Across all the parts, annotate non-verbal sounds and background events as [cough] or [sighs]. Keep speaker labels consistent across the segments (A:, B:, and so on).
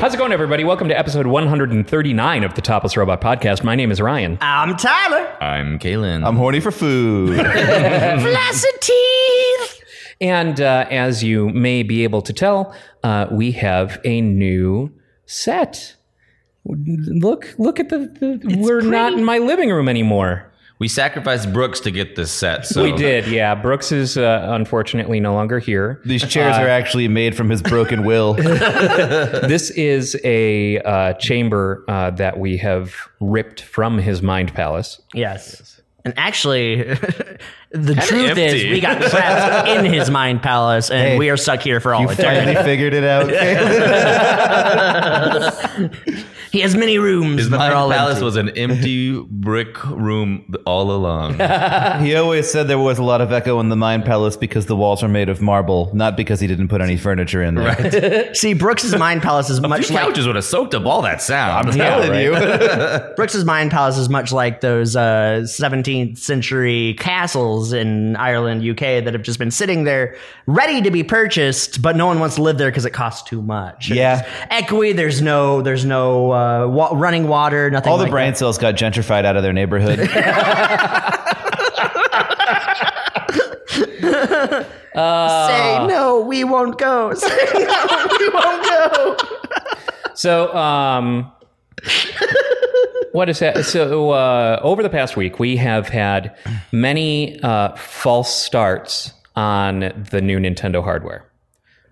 A: How's it going, everybody? Welcome to episode 139 of the Topless Robot Podcast. My name is Ryan.
B: I'm Tyler.
C: I'm Kalen.
D: I'm horny for food.
B: Flaccid teeth.
A: And uh, as you may be able to tell, uh, we have a new set. Look, look at the. the we're not in my living room anymore.
C: we sacrificed Brooks to get this set, so
A: We did, yeah. Brooks is uh, unfortunately no longer here.
D: [laughs] These chairs are actually made from his broken
E: [laughs]
A: [laughs]
D: will.
A: This is a uh, chamber uh, that we have ripped from his mind palace.
B: Yes. And actually, [laughs] the truth is,
C: empty.
B: we got trapped in his mind palace, and we are stuck here for all
D: Finally
B: eternity.
D: figured it out.
B: He has many rooms.
E: His
B: but
E: mind
B: they're all
E: palace
B: empty.
E: was an empty [laughs] brick room all along.
D: he always said there was a lot of echo in the Mind Palace because the walls are made of marble, not because he didn't put any furniture in there.
E: [laughs]
D: Right.
B: See, Brooks's mind palace is much like
E: Couches would have soaked up all that [laughs] sound.
D: Telling you.
B: Brooks's mind palace is much like those uh, 17th century castles in Ireland, UK that have just been sitting there ready to be purchased, but no one wants to live there because it costs too much. It's
D: Yeah.
B: just echoey. There's no, there's no uh, wa- running water. Nothing.
E: Oh
D: All the
B: like
D: brain
B: that.
D: cells got gentrified out of their neighborhood.
B: Say no, we won't go. [laughs] Say no, we won't go.
A: So, um, what is that? So, uh, over the past week, we have had many uh, false starts on the new Nintendo hardware.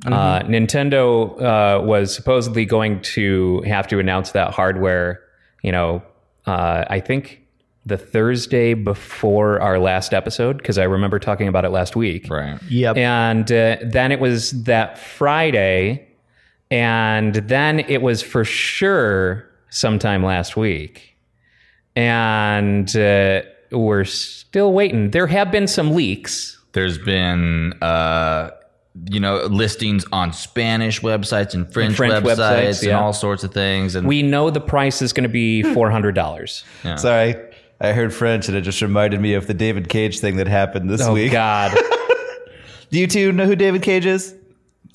A: Uh, Nintendo uh, was supposedly going to have to announce that hardware, you know, uh, I think the Thursday before our last episode, because I remember talking about it last week.
E: Right.
B: Yep.
A: And uh, then it was that Friday. And then it was for sure sometime last week. And uh, we're still waiting. There have been some leaks.
E: [laughs] There's been, uh, you know, listings on Spanish websites and French,
A: French
E: websites,
A: websites,
E: and
A: yeah.
E: all sorts of things. And
A: We know the price is going to be $400.
D: Sorry. I heard French and it just reminded me of the David Cage thing that happened this
A: Oh,
D: week.
A: God.
D: Do you two know who David Cage is?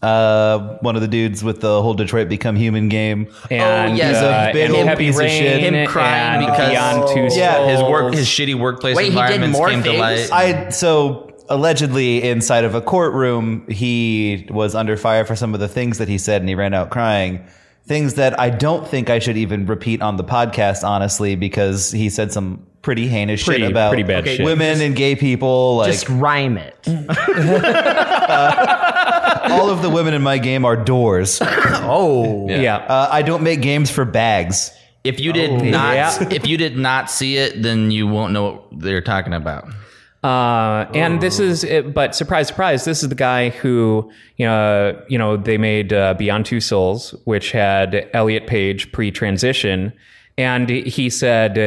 D: Uh, one of the dudes with the whole Detroit Become Human game.
A: And,
E: yes.
D: He's a
A: uh,
D: big
A: and
D: old
A: Heavy
D: piece of
A: Rain
D: shit.
E: him crying
A: and
E: because
A: Beyond Two
C: Oh.
D: Yeah,
A: Souls.
E: his work, his shitty workplace
B: Wait, he did
E: environments
B: more
E: came to
B: things?
E: light.
D: I so allegedly inside of a courtroom, he was under fire for some of the things that he said, and he ran out crying. Things that I don't think I should even repeat on the podcast, honestly, because he said some pretty heinous
A: Pretty-
D: shit about
A: pretty bad Okay, shit.
D: women and gay people. Like
B: Just rhyme it.
D: all of the women in my game are doors. Uh,
B: Oh.
A: Yeah.
D: I don't make games for bags.
E: if you did not,
A: Yeah.
E: [laughs] if you did not see it, then you won't know what they're talking about.
A: Uh, and this is, it, but surprise, surprise, this is the guy who, you know, you know they made uh, Beyond Two Souls, which had Elliot Page pre-transition, and he said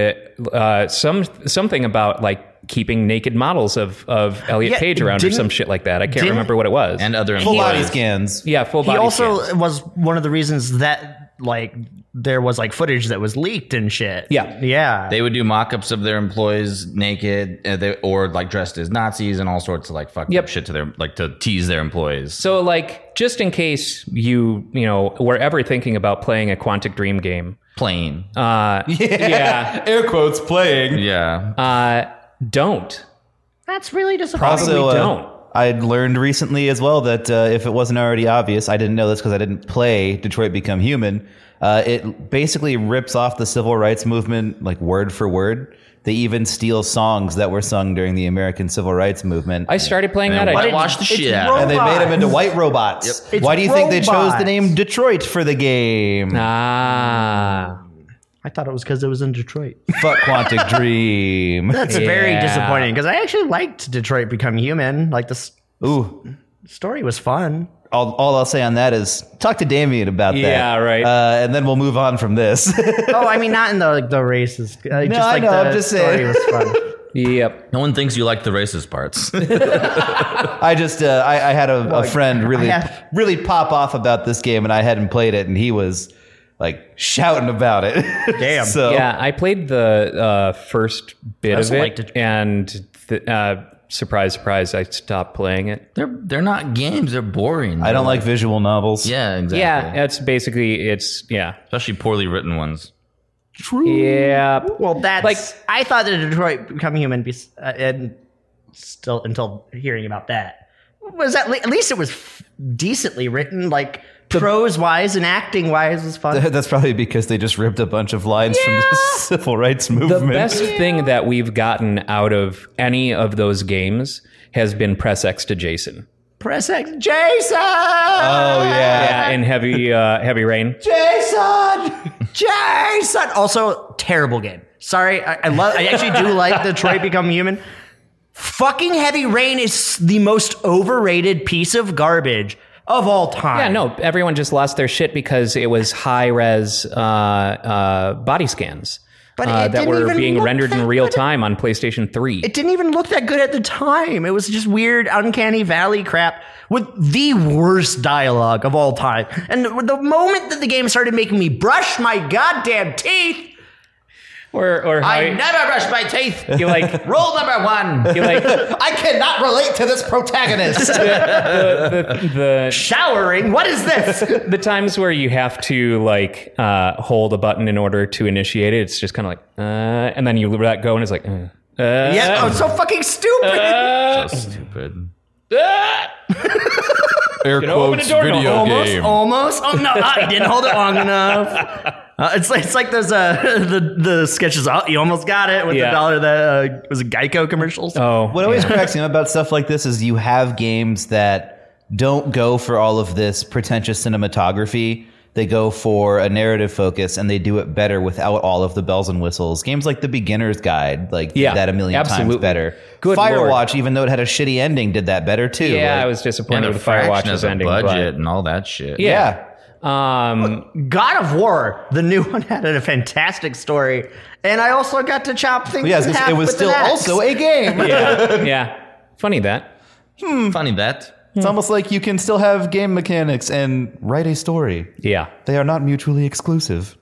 A: uh, uh, some something about like keeping naked models of of Elliot
B: Yeah,
A: Page around or
B: didn't-
A: some shit like that. I can't
B: didn't-
A: remember what it was.
E: And other
D: Full
E: employees.
D: body scans.
A: yeah, full
B: He
A: body.
B: also
A: scans.
B: was one of the reasons that like there was like footage that was leaked and shit.
A: Yeah.
B: Yeah.
E: They would do mock-ups of their employees naked, uh, they, or like dressed as Nazis and all sorts of like fucked
A: Yep.
E: up shit to their like to tease their employees.
A: So, like, just in case you, you know, were ever thinking about playing a Quantic Dream game,
E: Plain,
A: uh, yeah,
D: Air quotes playing.
E: yeah.
A: uh, don't.
B: That's really disappointing.
D: Also, uh,
A: don't.
D: I learned recently as well that uh, if it wasn't already obvious, I didn't know this because I didn't play Detroit Become Human. Uh, it basically rips off the civil rights movement like word for word. They even steal songs that were sung during the American civil rights movement.
A: I started playing that.
E: And
A: I
E: whitewash the
B: it's
E: shit out of it.
D: and they made them into white robots.
B: It's
D: Why do you think they chose
B: robots.
D: the name Detroit for the game?
A: Ah,
B: I thought it was because it was in Detroit.
D: Fuck Quantic Dream.
B: That's very
A: Yeah.
B: disappointing because I actually liked Detroit Become Human. Like the s-
D: Ooh,
B: story was fun.
D: all, all I'll say on that is talk to Damien about that.
A: Yeah, right.
D: Uh, and then we'll move on from this. [laughs]
B: Oh, I mean, not in the like, the races. Uh, just
D: I
B: like
D: know,
B: the
D: I'm just saying.
B: story was fun.
A: Yep.
B: Oh.
E: No one thinks you like the racist
A: [laughs]
E: parts.
D: I just uh, I, I had a, a friend really
B: I have-
D: really pop off about this game, and I hadn't played it, and he was like shouting about it. [laughs]
B: Damn.
D: so
A: Yeah, I played the uh, first bit of
B: also
A: it,
B: liked it.
A: and th- uh, surprise, surprise, I stopped playing it.
E: they're they're not games. They're boring.
D: I don't like visual novels.
E: Yeah, exactly.
A: Yeah, that's basically it's yeah.
E: especially poorly written ones.
A: Yeah.
B: Well, that's like
A: Like-
B: I thought that Detroit Become Human, be, uh, and still until hearing about that, was at, le- at least it was f- decently written, like prose wise and acting wise was fun.
D: [laughs] That's probably because they just ripped a bunch of lines from the [laughs] civil rights
A: The
D: movement.
A: best thing that we've gotten out of any of those games has been press X to Jason.
B: Press X, Jason.
D: oh yeah.
A: Yeah, in heavy uh, heavy rain.
B: Jason! Jason! Also, terrible game. Sorry, I, I love. I actually do
A: [laughs]
B: like Detroit Become Human. Fucking Heavy Rain is the most overrated piece of garbage of all time.
A: Yeah, no, everyone just lost their shit because it was high res uh, uh, body scans
B: But
A: uh,
B: it
A: that
B: didn't
A: were
B: even
A: being
B: look
A: rendered in
B: that
A: real
B: good.
A: time on PlayStation 3.
B: It didn't even look that good at the time. It was just weird, uncanny valley crap with the worst dialogue of all time. And the moment that the game started making me brush my goddamn teeth,
A: or or how
E: I
A: you-
E: never brush my teeth.
A: [laughs]
B: [laughs]
A: you [laughs] like
E: Rule number
A: [laughs]
E: one.
A: you like the,
E: I cannot relate to
A: [laughs]
E: this protagonist.
A: the
B: showering, what is
A: [laughs]
B: this?
A: the times where you have to like uh, hold a button in order to initiate it, it's just kind of like, uh, and then you let go and it's like, uh, uh,
B: yeah, oh, so fucking stupid.
E: so stupid.
A: uh.
C: Air
A: open the
C: quotes
A: door, no,
C: video
B: almost,
C: game.
B: almost. Oh no, I didn't hold it long enough.
A: [laughs]
B: Uh, it's like it's like those uh, [laughs] the the sketches. Oh, you almost got it with
A: Yeah.
B: the dollar that uh, was a Geico commercials.
A: oh,
D: What always cracks me up about stuff like this is you have games that don't go for all of this pretentious cinematography. They go for a narrative focus and they do it better without all of the bells and whistles. Games like The Beginner's Guide, like did
A: Yeah,
D: that a million
A: absolutely.
D: times better.
A: Good
D: Firewatch,
A: lord.
D: even though it had a shitty ending, did that better too.
A: yeah,
D: Like,
A: I was
E: And
A: disappointed
E: a
A: with Firewatch
E: fraction of
A: was
E: the
A: ending, but-
E: budget and all that shit.
A: yeah.
E: [laughs]
A: Um,
B: God of War, the new [laughs] one had a fantastic story, and I also got to chop things.
D: yeah, I was
B: in
D: gonna say,
B: half
D: it was
B: with an
D: still
B: axe.
D: also a
A: [laughs]
D: game.
A: yeah, yeah. Funny that.
E: Hmm, Funny that.
D: It's almost like you can still have game mechanics and write a story.
A: Yeah.
D: They are not mutually exclusive.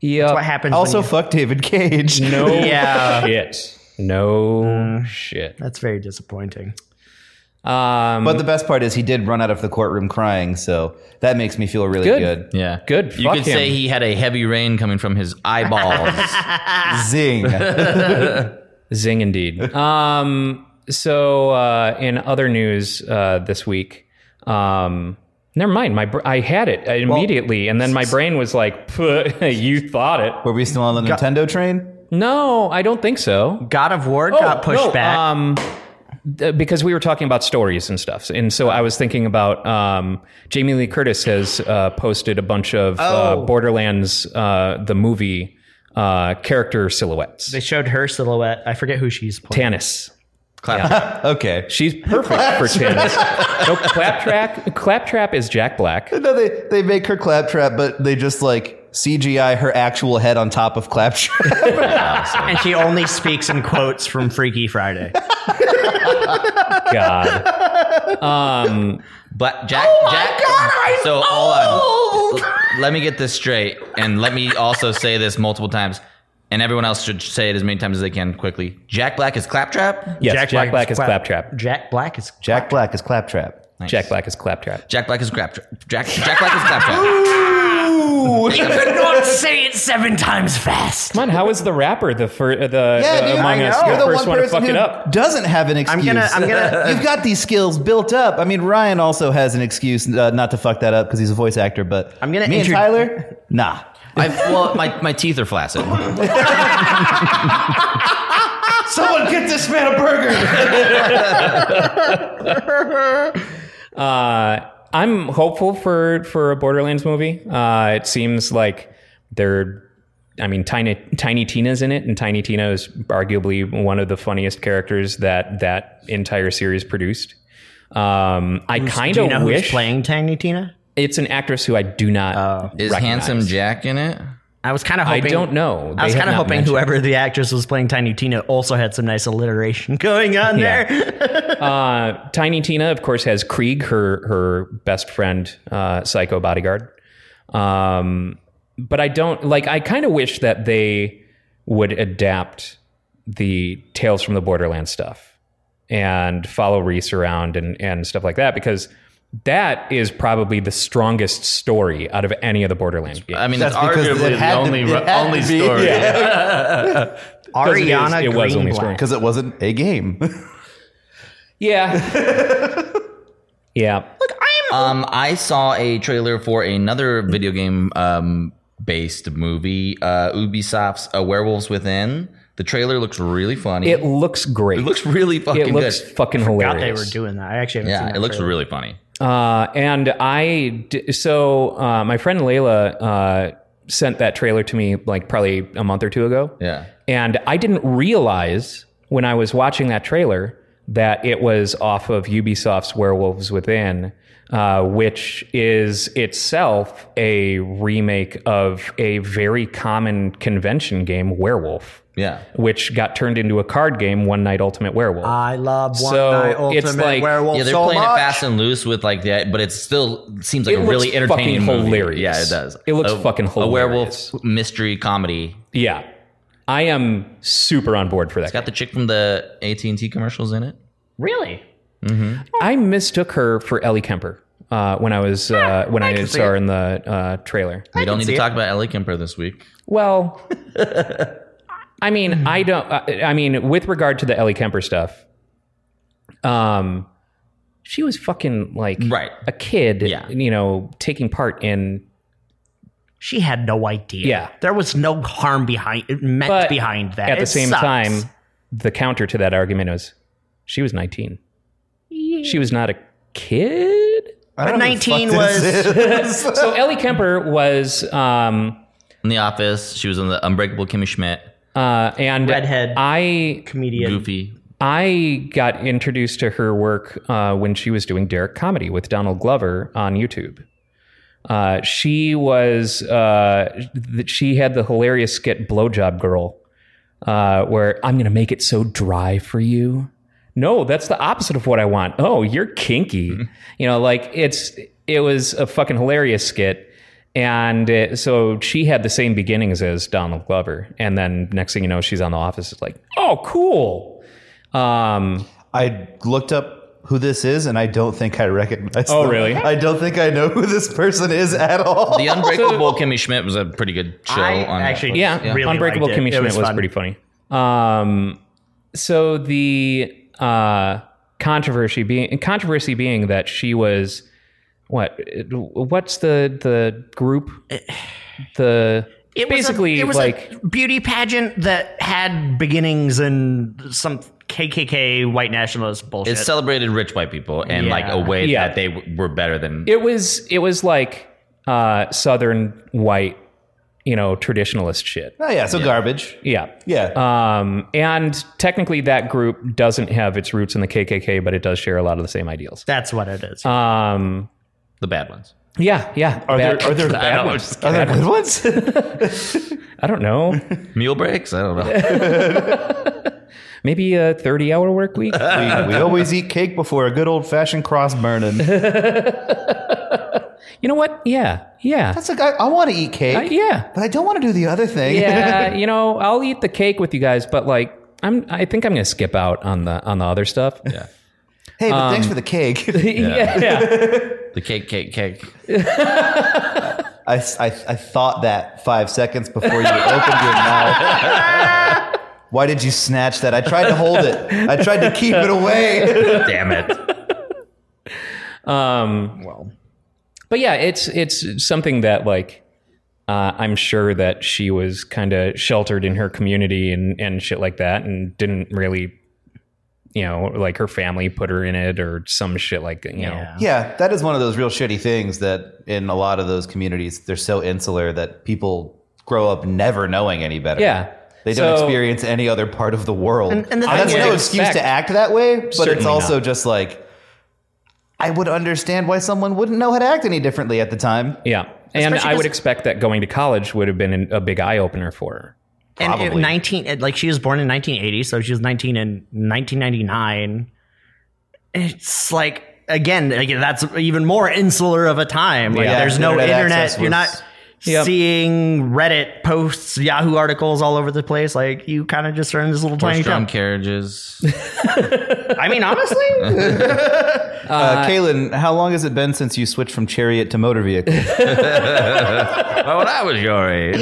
A: Yeah.
B: what happens.
D: Also,
B: Also,
D: fuck David Cage.
A: No [laughs]
E: [laughs]
B: Yeah.
A: shit. No
E: Mm.
A: shit.
B: that's very disappointing.
A: Um,
D: But the best part is he did run out of the courtroom crying, so that makes me feel really
A: Good.
D: good.
E: Yeah.
A: Good,
E: You
A: fuck
E: could say
A: him.
E: he had a heavy rain coming from his
A: [laughs]
E: eyeballs.
B: Ah. [laughs]
D: Zing.
A: zing indeed. Um, so uh, in other news uh, this week, um, never mind. My br- I had it immediately, and then my brain was like, [laughs] "Puh, "You thought it?
D: Were we still on the Nintendo train?
A: No, I don't think so."
B: God of War got pushed
A: Oh, no,
B: back.
A: Um, th- because we were talking about stories and stuff, and so I was thinking about um, Jamie Lee Curtis has uh, posted a bunch of uh,
B: Oh.
A: Borderlands uh, the movie uh, character silhouettes.
B: they showed her silhouette. I forget who she's playing.
A: Tannis,
D: Okay.
A: she's perfect for Tannis. no, Claptrap. Claptrap is Jack Black.
D: No, they, they make her claptrap, but they just like CGI her actual head on top of claptrap.
B: and she only speaks in quotes from Freaky Friday.
D: [laughs]
A: God, um,
E: Black Jack. Jack. so hold on. Let me get this straight, and let me also say this multiple times, and everyone else should say it as many times as they can quickly. Jack Black is claptrap.
A: [laughs] yes, Jack, Black, is Claptrap.
B: [laughs] Jack Black is
D: Jack Black is claptrap.
A: Jack Black is Claptrap.
E: Jack Black is claptrap. Jack Jack Black is claptrap.
B: You could not say it seven times fast.
A: Come on, how is the rapper the fir- uh, the, the
D: dude,
A: Among
D: I
A: Us?
D: know.
A: You're
D: You're
A: the
D: the
A: first
D: one
A: one to fuck
D: person
A: it
D: who
A: up.
D: doesn't have an excuse.
B: gonna- I'm gonna-
D: You've got these skills built up. I mean, Ryan also has an excuse uh, not to fuck that up because he's a voice actor. But
B: I'm gonna
D: me
B: intro-
D: and Tyler, nah.
E: I've, well, my, my teeth are flaccid.
D: Someone get this man a burger.
A: Uh, I'm hopeful for for a Borderlands movie. Uh, it seems like they're. I mean, Tiny Tiny Tina's in it, and Tiny Tina is arguably one of the funniest characters that that entire series produced. Um, I kind
B: Do you know
A: of
B: who's
A: wish
B: playing Oh. Tiny Tina?
A: it's an actress who I do not.
E: Is
A: recognize.
E: Handsome Jack in it?
B: I was kind of
A: I
B: hoping.
A: don't know.
B: I
A: They
B: was
A: have
B: kind of
A: not
B: hoping
A: mentioned-
B: whoever the actress was playing Tiny Tina also had some nice alliteration [laughs] going on
A: Yeah.
B: there.
A: Uh, Tiny Tina, of course, has Krieg, her her best friend, uh, psycho bodyguard. Um, but I don't like. I kind of wish that they would adapt the Tales from the Borderlands stuff and follow Reese around and and stuff like that because that is probably the strongest story out of any of the Borderlands games.
E: I mean,
D: That's
E: that's,
D: because it
E: arguably
D: had to-
E: the only,
D: it
E: re-
D: had to
E: only
D: be.
E: story.
B: Ariana
A: it is- it was only
D: [laughs]
B: Greenblatt.
A: strong.
D: because it wasn't a game.
A: yeah, yeah.
E: Um, I saw a trailer for another video game um, based movie, uh, Ubisoft's uh, Werewolves Within. The trailer looks really funny.
A: It looks great.
E: It [laughs] looks really fucking
A: it looks
E: good.
A: fucking
B: God,
A: hilarious.
B: they were doing that. I actually haven't seen
E: yeah,
B: that
E: it looks
B: trailer.
E: really funny.
A: Uh, and I, d- so uh, my friend Layla uh, sent that trailer to me like probably a month or two ago.
E: Yeah.
A: And I didn't realize when I was watching that trailer that it was off of Ubisoft's Werewolves Within, uh, which is itself a remake of a very common convention game, Werewolf,
E: Yeah.
A: which got turned into a card game, One Night Ultimate Werewolf.
B: I love one
A: So,
B: night ultimate
A: it's like-
B: werewolf
E: yeah, they're
B: so
E: playing
B: much.
E: it fast and loose with like that, but it still seems like
A: It
E: a
A: looks
E: really entertaining
A: fucking
E: movie.
A: hilarious.
E: Yeah, it does.
A: It looks
E: a,
A: fucking
E: A
A: hilarious.
E: werewolf mystery comedy.
A: yeah. I am super on board for that.
E: It's got the chick from the AT&T commercials in it.
B: Really?
A: Mm-hmm. I mistook her for Ellie Kemper uh, when I was uh,
E: Ah,
A: when I, saw her in the uh, trailer.
E: We don't need
B: see
E: to
B: it.
E: talk about Ellie Kemper this week. [laughs]
A: Well, I mean, I don't. uh, I, I mean, with regard to the Ellie Kemper stuff, um, she was fucking like
E: Right.
A: a kid.
E: Yeah.
A: you know, taking part in
B: She had no idea.
A: Yeah.
B: There was no harm behind meant
A: But
B: behind that.
A: at the
B: It
A: same
B: sucks.
A: time. The counter to that argument was she was nineteen. She was not a kid.
D: I don't know who the fuck
B: 19
D: this
B: was-
D: is.
A: So Ellie Kemper was. Um,
E: In the office, she was on the Unbreakable Kimmy Schmidt.
A: Uh, and [laughs]
B: Redhead.
A: I
B: comedian.
E: Goofy.
A: I got introduced to her work uh, when she was doing Derek comedy with Donald Glover on YouTube. Uh, she was uh, th- she had the hilarious skit "Blowjob Girl," uh, where I'm gonna make it so dry for you. No, that's the opposite of what I want. Oh, you're kinky. You know, like it's it was a fucking hilarious skit. And uh so she had the same beginnings as Donald Glover, and then next thing you know, she's on The Office. It's like, oh, cool. Um,
D: I looked up who this is, and I don't think I recognize.
A: Oh,
D: them.
A: really?
D: I don't think I know who this person is at all.
A: Oh,
E: The Unbreakable Kimmy Schmidt was a pretty good show.
B: I
E: on
B: actually-
E: Netflix.
A: yeah,
B: Yeah. really
A: Unbreakable
B: liked it.
A: Kimmy
B: It
A: Schmidt
B: was
A: was,
B: fun.
A: pretty funny. Um, so the uh, controversy being controversy being that she was what? What's the the group? The
B: It was a-
A: basically
B: it was
A: like
B: a beauty pageant that had beginnings in some KKK white nationalist bullshit.
E: It celebrated rich white people in like a way
A: Yeah.
E: that they w- were better than.
A: it was it was like uh, southern white, you know, traditionalist shit.
D: Oh yeah, so garbage.
A: Yeah.
D: Yeah,
A: Um, and technically, that group doesn't have its roots in the KKK, but it does share a lot of the same ideals.
B: That's what it is.
A: Um,
E: the bad ones.
A: yeah, yeah.
D: are
A: Bad-
D: there are
A: [laughs]
D: there
E: I
D: bad
E: don't know,
D: ones?
E: just
D: Are there good ones?
A: I don't know.
D: [laughs]
E: Meal breaks? I don't know.
A: Maybe a 30 hour work week?
D: we, we always eat cake before a good old fashioned
A: [laughs]
D: cross burning.
A: You know what? Yeah. Yeah.
D: That's like I, I want to eat cake,
A: Uh, yeah.
D: but I don't want to do the other thing.
A: Yeah. You know, I'll eat the cake with you guys, but like, I'm, I think I'm going to skip out on the, on the other stuff.
D: [laughs]
A: Yeah.
D: [laughs] hey, but thanks
A: Um,
D: for the
A: [laughs]
D: cake.
A: yeah.
E: the cake,
A: [laughs]
E: cake, cake.
D: I, I, I thought that five seconds before you opened your mouth.
A: [laughs]
D: Why did you snatch that? I tried to hold it. I tried to keep it away.
E: Damn it.
A: But yeah, it's, it's something that like, uh, I'm sure that she was kind of sheltered in her community and, and shit like that and didn't really, you know, like her family put her in it or some shit like, you know.
D: Yeah, that is one of those real shitty things that in a lot of those communities they're so insular that people grow up never knowing any better.
A: Yeah.
D: They don't
A: So-
D: experience any other part of the world.
B: and the thing
D: that's
B: is-
D: no excuse to
A: Expect-
D: act that way, but it's
A: Certainly
D: also
A: not.
D: just like I would understand why someone wouldn't know how to act any differently at the time.
A: Yeah. And
B: Especially
A: I would
B: 'cause-
A: expect that going to college would have been an, a big eye opener for her.
B: And it-
D: Probably.
B: 19, it- like she was born in 1980, so she was 19 in 1999. It's like, again, like, that's even more insular of a time. Like,
D: Yeah,
B: there's no
D: internet
B: internet.
D: access
B: You're
D: was-
B: not
A: Yep.
B: seeing Reddit posts, Yahoo articles all over the place. Like, you kind of just are in this little tiny
E: Horse drawn
B: town.
E: carriages.
B: I mean, honestly,
D: Uh, Kaylin, how long has it been since you switched from chariot to
A: [laughs]
D: motor vehicle?
E: well, when I Oh, was your age.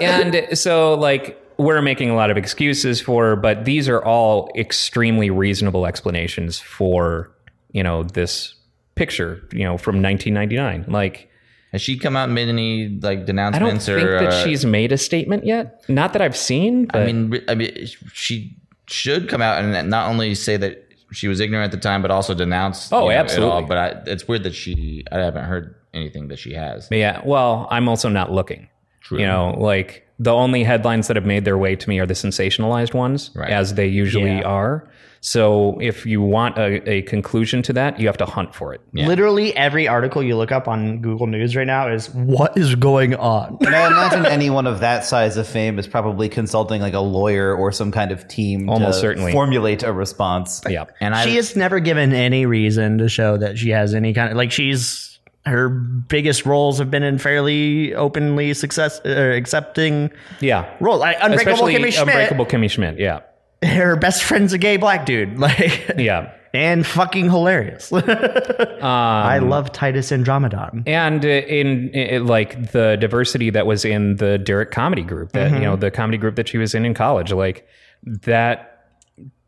B: [laughs]
A: and so like we're making a lot of excuses for her, but these are all extremely reasonable explanations for you know this picture you know from 1999 like
E: Has she come out and made any like
A: i don't
E: denouncements
A: think
E: or?
A: that
E: uh,
A: she's made a statement yet not that i've seen but
E: I mean, re- I mean, she should come out and not only say that she was ignorant at the time, but also denounce.
A: Oh,
E: you know, it
A: absolutely.
E: all. But I, it's weird that she. I haven't heard anything that she has.
A: yeah well i'm also not looking True. you know like the only headlines that have made their way to me are the sensationalized ones
E: Right.
A: as they usually
B: Yeah.
A: are so if you want a, a conclusion to that you have to hunt for it
B: literally every article you look up on Google News right now is what is going on?
D: And I imagine anyone of that size of fame is probably consulting like a lawyer or some kind of team
A: Almost
D: to
A: certainly.
D: formulate a response.
A: yeah
E: And I.
B: she is never given any reason to show that she has any kind of like she's her biggest roles have been in fairly openly success or accepting
A: yeah
B: roles. Like Unbreakable
A: especially
B: Kimmy Schmidt.
A: Unbreakable Kimmy Schmidt. Yeah,
B: Her best friend's a gay black dude, [laughs] like
A: yeah.
B: and fucking hilarious. [laughs]
A: Um,
B: I love Titus Andromedon.
A: And uh, in, in like the diversity that was in the Derek comedy group, that you
B: Mm-hmm.
A: know, the comedy group that she was in in college, like that.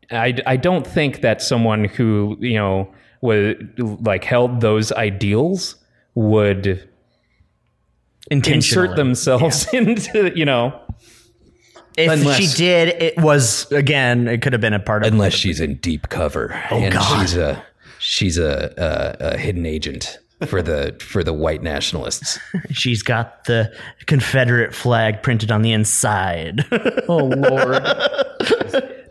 A: I I don't think that someone who you know was like held those ideals would insert
B: Intentionally.
A: themselves [laughs] into you know
B: If
A: Unless-
B: she did, it was again. It could have been a part of
F: unless she's in deep cover
A: Oh,
F: and
B: God.
F: she's a she's a, a, a hidden agent for the for the white nationalists.
B: She's got the Confederate flag printed on the inside. [laughs]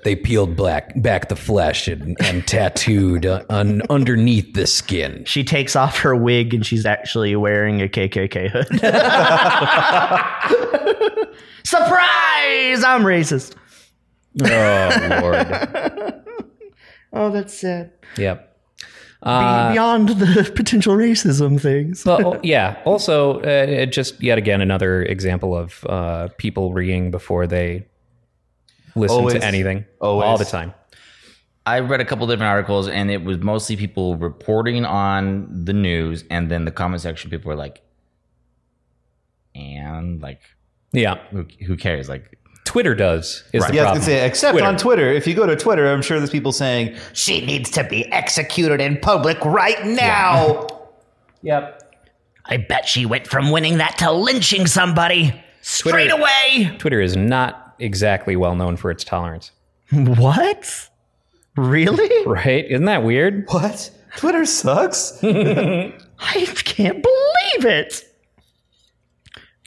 F: They peeled black back the flesh and, and tattooed on underneath the skin.
B: she takes off her wig and she's actually wearing a KKK hood. [laughs] Surprise! I'm racist.
A: oh lord
B: [laughs] Oh, that's sad.
A: [laughs] yep Uh,
B: Beyond the potential racism things.
A: but oh, yeah, also uh, it just yet again another example of uh, people reading before they listen
D: Always.
A: to anything
D: Always.
A: all the time.
E: I read a couple different articles, and it was mostly people reporting on the news, and then the comment section people were like, "And like,
A: Yeah,
E: who, who cares?" Like,
A: Twitter does is the
D: Yeah, I was
A: problem.
D: gonna say, except
A: Twitter.
D: on Twitter. If you go to Twitter, I'm sure there's people saying,
G: She needs to be executed in public right now.
A: Yep.
B: I bet she went from winning that to lynching somebody straight away.
A: Twitter is not exactly well known for its tolerance,
B: What? Really?
A: right? Isn't that weird?
D: "What? Twitter sucks."
B: I can't believe it.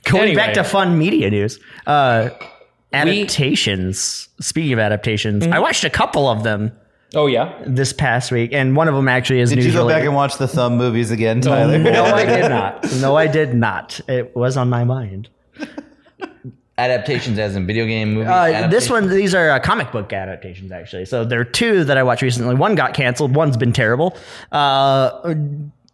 B: Going
A: Anyway.
B: back to fun media news, uh, adaptations. Speaking of adaptations,
A: Mm-hmm.
B: I watched a couple of them
A: Oh yeah.
B: this past week, and one of them actually is
D: Did
B: news
D: you go back
B: related.
D: and watch the thumb movies again, Tyler?
B: no, I did not. No, I did not. It was on my mind.
E: adaptations as in video game movie.
B: Uh, this one, these are uh, comic book adaptations, actually. So there are two that I watched recently. One got canceled. One's been terrible. Uh,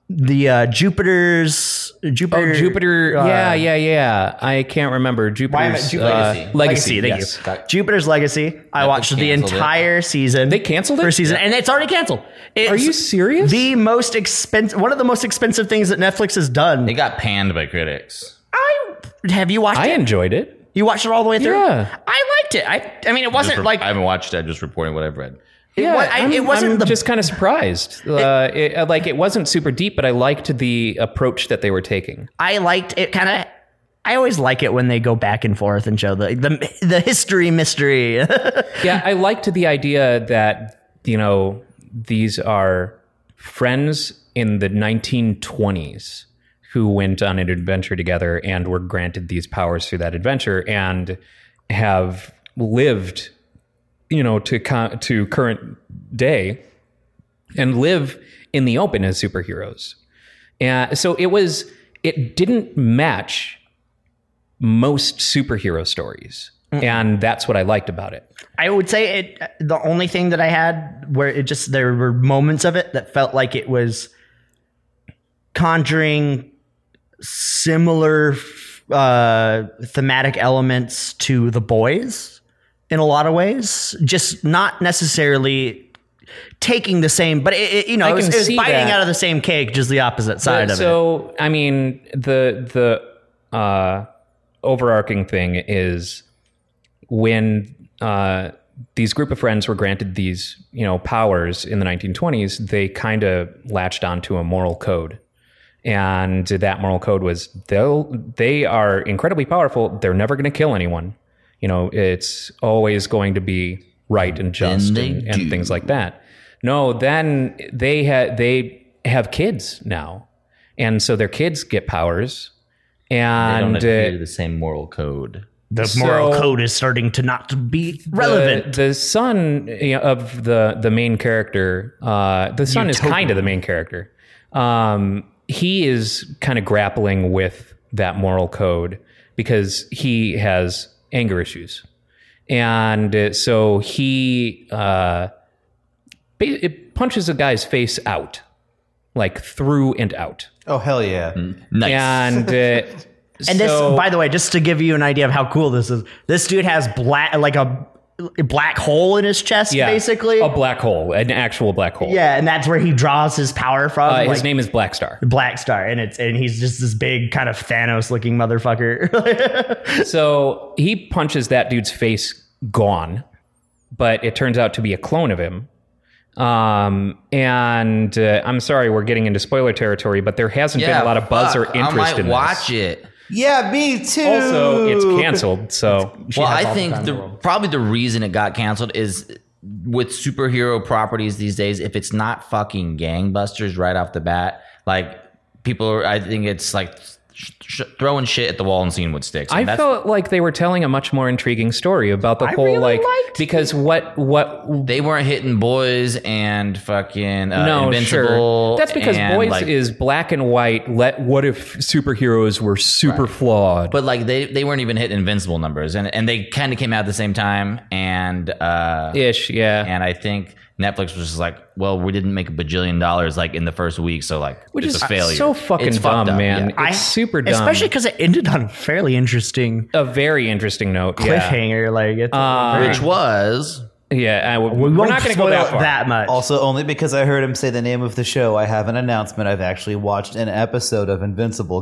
B: the uh, Jupiter's Jupiter.
A: Oh, Jupiter.
B: uh,
A: yeah, yeah, yeah. I can't remember Jupiter's
D: Jupiter-
A: uh,
E: Legacy.
A: legacy.
B: Legacy, thank
A: yes.
B: you. Jupiter's Legacy. I watched the
E: canceled it.
B: entire season.
A: They canceled it?
B: first season, and it's already canceled. It's
A: Are you serious?
B: The most expensive, one of the most expensive things that Netflix has done.
E: It got panned by critics.
B: I have you watched
A: I
B: it?
A: enjoyed it.
B: You watched it all the way through.
A: Yeah.
B: I liked it. I, I mean, it
E: Just
B: wasn't
E: re-
B: like
E: I haven't watched it. I'm just reporting what I've read.
A: Yeah,
B: wa- I-
A: I'm-
B: it wasn't
A: I'm
B: the-
A: just kind of surprised. uh, it, uh, like it wasn't super deep, but I liked the approach that they were taking.
B: I liked it. Kind of. I always like it when they go back and forth and show the the, the history mystery. [laughs]
A: Yeah, I liked the idea that you know these are friends in the 1920s who went on an adventure together and were granted these powers through that adventure and have lived, you know, to co- to current day and live in the open as superheroes. And so it was, it didn't match most superhero stories. And that's what I liked about it.
B: I would say it. The only thing that I had where it just there were moments of it that felt like it was conjuring similar uh, thematic elements to the boys in a lot of ways, just not necessarily taking the same. But it, it- you know,
A: I
B: it was,
A: can
B: it was
A: see
B: biting
A: that.
B: out of the same cake, just the opposite side of it.
A: so I mean the the uh, overarching thing is when uh, these group of friends were granted these you know powers in the 1920s, they kind of latched onto a moral code, and that moral code was they'll they are incredibly powerful. They're never going to kill anyone. You know, it's always going to be right and just
E: they
A: and, and things like that. No, then they ha- they have kids now, and so their kids get powers,
E: They don't
A: and
E: adhere to
A: uh,
E: the same moral code.
B: The moral
A: so-
B: code is starting to not be relevant.
A: The, the son you know, of the the main character, uh, the son is kind of the main character. Um, he is kind of grappling with that moral code because he has anger issues, and uh, so he uh, ba- it punches a guy's face out, like through and out,
D: Oh hell yeah!
E: Nice.
A: and. Uh,
B: [laughs] And this,
A: so-
B: by the way, just to give you an idea of how cool this is, this dude has black, like a black hole in his chest,
A: yeah,
B: basically.
A: a black hole, an actual black hole.
B: yeah, and that's where he draws his power from.
A: Uh,
B: like
A: his name is Black Star.
B: Black Star, and it's and he's just this big kind of Thanos-looking motherfucker. [laughs]
A: So he punches that dude's face gone, but it turns out to be a clone of him. Um, and uh, I'm sorry, we're getting into spoiler territory, but there hasn't been a lot of buzz or
E: fuck,
A: interest
E: I might
A: in this.
E: watch it.
D: Yeah, me too.
A: Also, it's canceled. So
E: well, I think the, probably the reason it got canceled is with superhero properties these days. If it's not fucking gangbusters right off the bat, like people, are, I think it's like sh- sh- throwing shit at the wall and seeing what sticks. And
A: I felt like they were telling a much more intriguing story about the whole like because what what
E: they weren't hitting boys and fucking uh,
A: no, sure.
E: invincible.
A: That's because
E: and,
A: boys
E: like-
A: is black and white. Let what if superheroes were super flawed?
E: But like they, they weren't even hitting invincible numbers, and and they kind of came out at the same time, and uh,
A: ish, yeah.
E: and I think Netflix was just like, well, we didn't make a bajillion dollars like in the first week, so like
A: Which
E: it's
A: is
E: a failure.
A: so fucking
E: It's fucked
A: dumb,
E: up,
A: man.
E: yeah.
A: It's super dumb.
B: especially because it ended on a fairly interesting
A: a very interesting note. Yeah,
B: cliffhanger. Like, it's,
E: Which was
A: yeah. I, we
B: we
A: are
B: won't
A: not going to
B: spoil
A: go that far.
B: that much.
D: Also, only because I heard him say the name of the show, I have an announcement. I've actually watched an episode of Invincible, [laughs]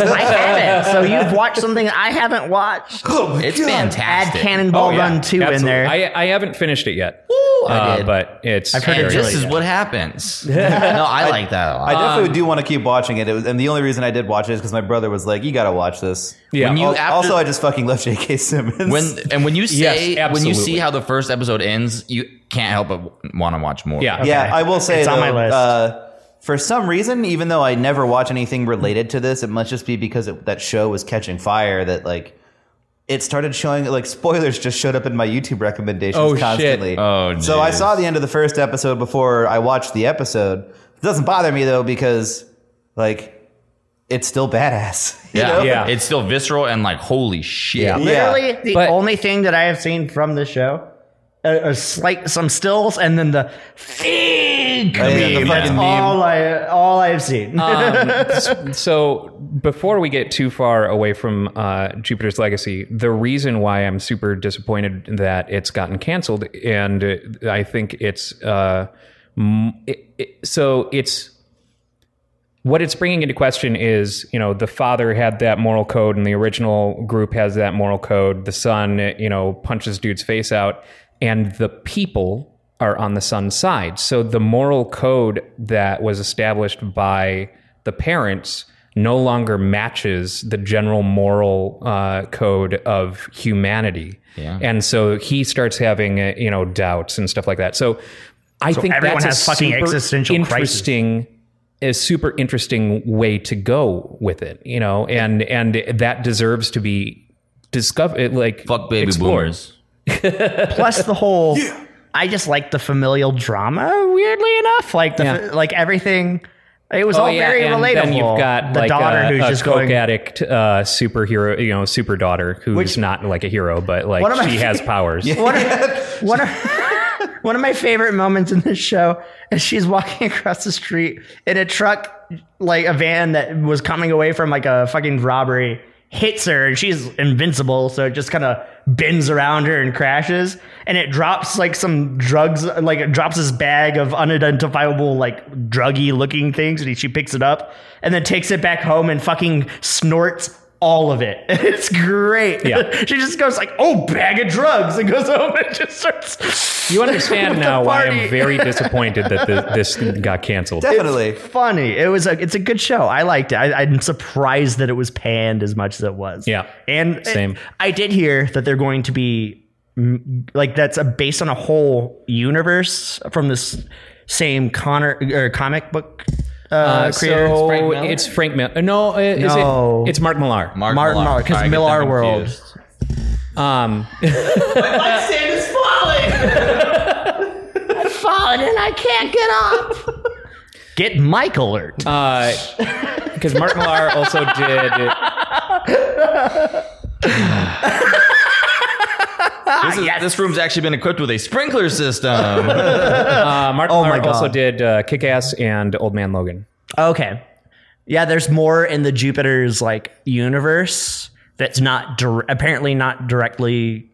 A: [laughs]
B: I haven't, so you've watched something I haven't watched.
D: Oh
E: it's
B: Add
E: fantastic.
B: Cannonball Run two in
A: Oh, Absolutely.
B: there.
A: I, I haven't finished it yet,
E: I
A: Uh,
E: did.
A: but it's.
B: heard
E: and
B: it's
E: this
B: really
E: is
B: good.
E: what happens. no, I like that a lot.
D: I definitely do want to keep watching it. it was, and the only reason I did watch it is because my brother was like, "You got to watch this."
A: Yeah. When you
D: Al-
E: after-
D: also, I just fucking love J.K. Simmons.
E: when and when you say
A: Yes,
E: when you
A: absolutely.
E: see how the first episode ends, you can't help but want to watch
A: [laughs]
E: more.
A: Yeah.
D: yeah, I will say
B: It's on
D: though,
B: my list.
D: Uh, for some reason, even though I never watch anything related to this, it must just be because it, that show was catching fire. That like it started showing like spoilers just showed up in my YouTube recommendations
A: Oh, shit.
D: constantly.
E: Oh,
D: so I
E: jeez.
D: saw the end of the first episode before I watched the episode. It doesn't bother me though because like it's still badass. [laughs] you
E: yeah,
D: know?
A: Yeah.
E: It's still visceral and like holy shit.
D: Yeah.
B: Literally, the
A: But-
B: only thing that I have seen from this show are, are slight some stills and then the think
D: Oh, yeah, the
B: meme. That's
D: fucking meme.
B: all I all I've seen.
A: uh,
B: [laughs]
A: Um, so before we get too far away from uh, Jupiter's Legacy, the reason why I'm super disappointed that it's gotten canceled, and uh, I think it's uh, m- it, it, so it's what it's bringing into question is you know the father had that moral code, and the original group has that moral code. The son, you know, punches dude's face out, and the people. Are on the son's side. So the moral code that was established by the parents no longer matches the general moral uh, code of humanity. And so he starts having, uh, you know, doubts and stuff like that. So I think
B: everyone
A: that's
B: has
A: a
B: fucking
A: super
B: existential crisis.
A: interesting, a super interesting way to go with it, you know, and, and that deserves to be discovered, like
E: Fuck baby
A: explored.
E: boomers.
B: Plus the whole I just like the familial drama. Weirdly enough, like the
A: Yeah.
B: fa- like everything. It was
A: Oh,
B: all
A: yeah,
B: very
A: and
B: relatable.
A: Then you've got
B: the
A: like
B: daughter
A: a,
B: who's
A: a
B: just
A: coke
B: going.
A: addict, uh, superhero, you know, super daughter who's not like a hero, but like
B: One of my-
A: she has
B: [laughs]
A: powers.
B: One of, one, of, one of [laughs] my favorite moments in this show is she's walking [laughs] across the street in a truck, like a van that was coming away from like a fucking robbery, hits her, and she's invincible. So it just kind of bends around her and crashes. And it drops like some drugs, like it drops this bag of unidentifiable, like druggy looking things. And she picks it up and then takes it back home and fucking snorts all of it. [laughs] It's great.
A: Yeah.
B: she just goes like, "Oh, bag of drugs," and goes [laughs] home and just starts.
A: You understand
B: with [laughs] the
A: now why
B: party.
A: I'm
B: [laughs]
A: very disappointed that the, this got canceled.
D: Definitely.
B: Funny. It was a. It's a good show. I liked it. I, I'm surprised that it was panned as much as it was.
A: Yeah.
B: And
A: Same.
B: I did hear that they're going to be mm, like that's a, based on a whole universe from this same Connor or comic book uh,
A: Uh,
B: creator.
A: so
E: Frank Miller?
A: it's Frank Miller. No, uh, is
B: No.
A: It, it's Mark Millar.
E: Mark
B: Martin Mark, because
E: Sorry, I get
B: Millar
E: them
B: World.
E: confused.
A: Um,
G: Falling and I can't get up.
B: Get Mike alert. [laughs]
A: because uh, Mark Millar also did.
E: This, is, this room's actually been equipped with a sprinkler system.
A: Uh, Mark
B: Oh my
A: Millar
B: God.
A: also did uh, Kick Ass and Old Man Logan.
B: Okay. Yeah, there's more in the Jupiter's like universe that's not dir- apparently not directly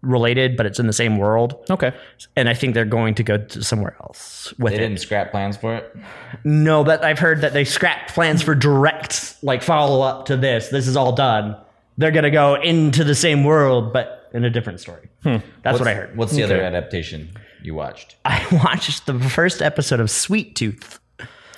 B: related, but it's in the same world.
A: Okay.
B: And I think they're going to go to somewhere else with
E: [laughs] they
B: it.
E: didn't scrap plans for it.
B: No, but I've heard that they scrapped plans for direct like follow up to this. This is all done. They're gonna go into the same world, but in a different story.
A: Hmm.
B: That's what I heard.
E: What's the other adaptation you watched?
B: I [laughs] watched the first episode of Sweet Tooth.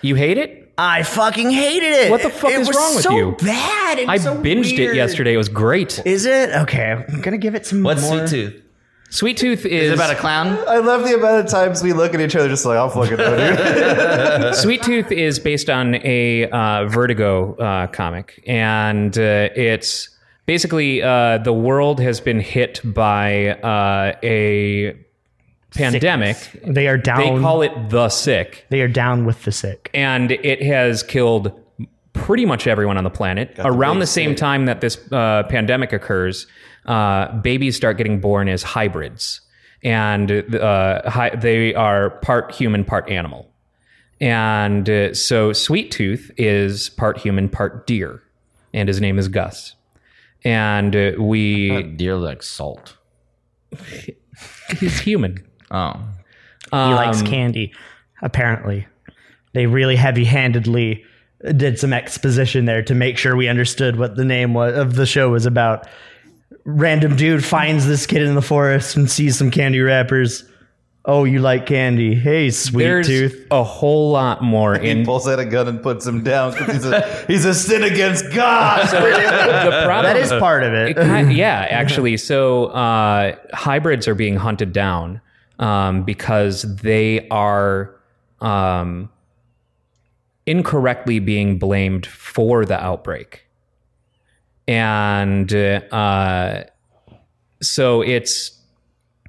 A: You hate it?
B: I fucking hated it.
A: What the fuck
B: It
A: is
B: was
A: wrong with
B: so
A: you?
B: Bad. and
A: I
B: so
A: binged
B: weird.
A: it yesterday. It was great.
B: Is it okay? I'm gonna give it some.
E: What's
B: more.
E: Sweet Tooth?
A: Sweet Tooth
E: Is
A: is,
E: it about a clown?
A: Uh,
D: I love the amount of times we look at each other just like, I'll fucking know,
A: [laughs]
D: dude.
A: Sweet Tooth is based on a uh, Vertigo uh, comic, and uh, it's basically uh, the world has been hit by uh, a pandemic.
B: They are
A: They
B: down. They,
A: call it the sick,
B: are down with the sick.
A: and it has killed pretty much everyone on the planet. Around the, same time that this uh, pandemic occurs, uh, babies start getting born as hybrids, and uh, hy- they are part human, part animal. And uh, so Sweet Tooth is part human, part deer, and his name is Gus. And uh,
B: [laughs]
A: we,
E: Deer like salt.
A: he's human. Um,
E: Oh.
B: He likes candy. Apparently, they really heavy-handedly did some exposition there to make sure we understood what the name was, of the show was about. Random dude finds this kid in the forest and sees some candy wrappers. Oh, you like candy? Hey, sweet
A: There's
B: tooth.
A: a whole lot more in
D: He pulls out a gun and puts him down because he's a, he's a sin against
A: [laughs]
D: God.
A: the problem. [laughs]
B: That is part of it. [laughs]
A: Ki- yeah, actually. So uh, hybrids are being hunted down um, because they are um, incorrectly being blamed for the outbreak. And uh, so it's,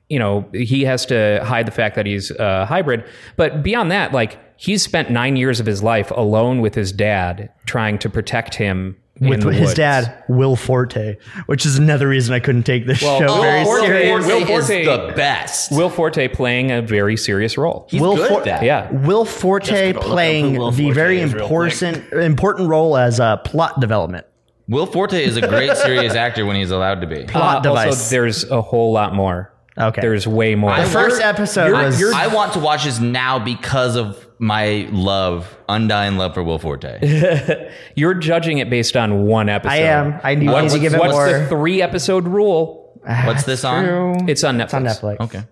A: you know, he has to hide the fact that he's a hybrid. But beyond that, like, he's spent nine years of his life alone with his dad trying to protect him. in
B: with
A: the
B: his
A: woods.
B: dad, Will Forte, which is another reason I couldn't take this show
A: Will
B: very
A: Forte-
B: seriously.
A: Will
E: It is
A: Forte-
E: the best.
A: Will Forte playing a very serious role.
E: He's
B: Will
E: good
B: For-
E: at that.
A: yeah.
B: Will Forte playing the very important important role as a plot development.
E: Will Forte is a [laughs] great serious actor when he's allowed to be.
B: Plot device.
A: Uh, Also, there's a whole lot more.
B: Okay.
A: There's way more.
E: I-
B: the 1st
E: you're-
B: episode was
E: I want to watch this now because of my love, undying love for Will [laughs] Forte.
A: You're judging it based on one episode.
B: I am. I need, I need to give it
A: What's
B: more.
A: the three episode rule?
B: [laughs]
E: What's this on?
B: True.
A: It's on Netflix.
B: It's on Netflix.
E: Okay.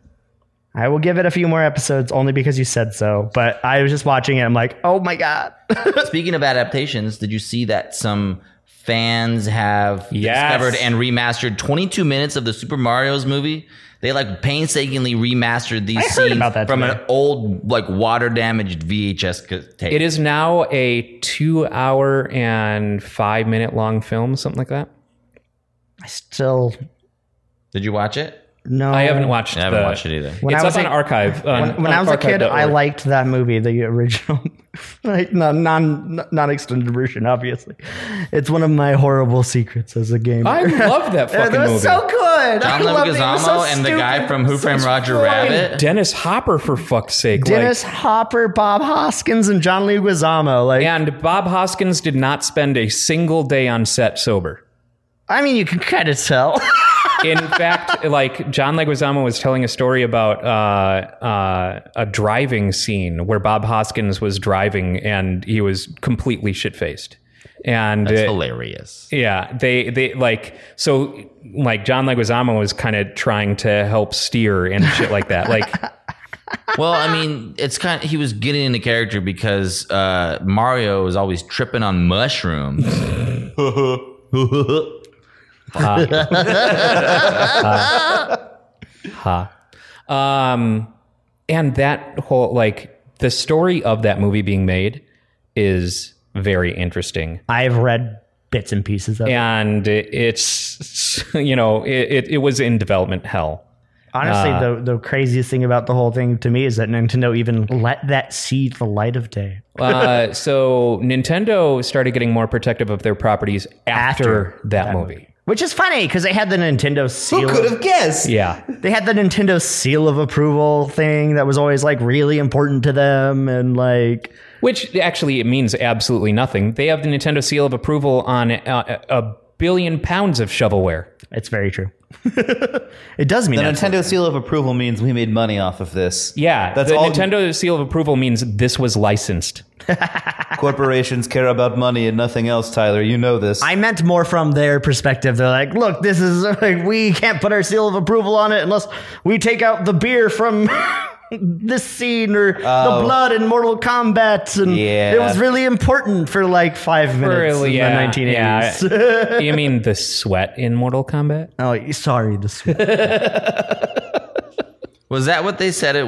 B: I will give it a few more episodes only because you said so. But I was just watching it. I'm like, oh my god. [laughs]
E: Speaking of adaptations, did you see that some fans have
A: Yes.
E: discovered and remastered 22 minutes of the Super Mario's movie? They like painstakingly remastered these
B: heard
E: scenes
B: about that
E: from
B: today.
E: an old, like water damaged VHS ca- tape.
A: It is now a two hour and five minute long film, something like that.
B: I still
E: Did you watch it?
B: No,
A: I haven't watched.
E: I haven't
A: the-
E: watched it either.
B: Um, When I
A: it's
B: was
A: up on
B: a-
A: archive. on-
B: When, when
A: on
B: I was a kid, I
A: archive.org.
B: liked that movie, the original, [laughs] like non non non extended version. Obviously, it's one of my horrible secrets as a gamer.
A: I love that
B: [laughs] It
A: fucking
B: was
A: movie.
B: so good.
E: John
B: I loved it. It
E: Leguizamo
B: was so
E: and the guy
B: stupid.
E: from Who Framed
B: Such
E: Roger
B: fun.
E: Rabbit.
A: Dennis Hopper, for fuck's sake!
B: Dennis Hopper, Bob Hoskins, and John Leguizamo.
A: Like,
B: Like,
A: and Bob Hoskins did not spend a single day on set sober.
B: I mean, you can kind of tell. [laughs]
A: In fact, like John Leguizamo was telling a story about uh, uh, a driving scene where Bob Hoskins was driving and he was completely shit faced. And
E: It's
A: uh,
E: hilarious.
A: Yeah, they they like so like John Leguizamo was kind of trying to help steer and shit like that. Like
E: Well, I mean, it's kind of, he was getting into character because uh, Mario is always tripping on [laughs] mushrooms.
A: um and that whole like the story of that movie being made is very interesting.
B: I've read bits and pieces of it.
A: And it's you know, it, it, it was in development hell.
B: Honestly,
E: Uh,
B: the, the craziest thing about the whole thing to me is that Nintendo even let that see the light of day.
A: Uh, so Nintendo started getting more protective of their properties after,
B: After
A: that, movie.
B: Which is funny because they had the Nintendo
D: [laughs]
B: seal.
D: Who could have guessed?
A: Yeah.
B: They had the Nintendo seal of approval thing that was always like really important to them and like
A: Which actually it means absolutely nothing. They have the Nintendo seal of approval on uh, a billion pounds of shovelware.
B: it's very true. [laughs] it does mean
D: The
B: that.
D: Nintendo seal of approval means we made money off of this.
A: Yeah,
D: that's
A: the
D: all
A: Nintendo seal of approval means this was licensed.
D: corporations care about money and nothing else. Tyler, you know this.
B: I meant more from their perspective. They're like, look, this is [laughs] like we can't put our seal of approval on it unless we take out the beer from [laughs] this scene or
D: Oh.
B: the blood in Mortal Kombat. And
D: Yeah.
B: it was really important for like five minutes
A: Really,
B: in
A: yeah,
B: the 1980s.
A: you mean the sweat in Mortal Kombat?
B: [laughs] oh, sorry, the [laughs] sweat.
E: Was that what they said it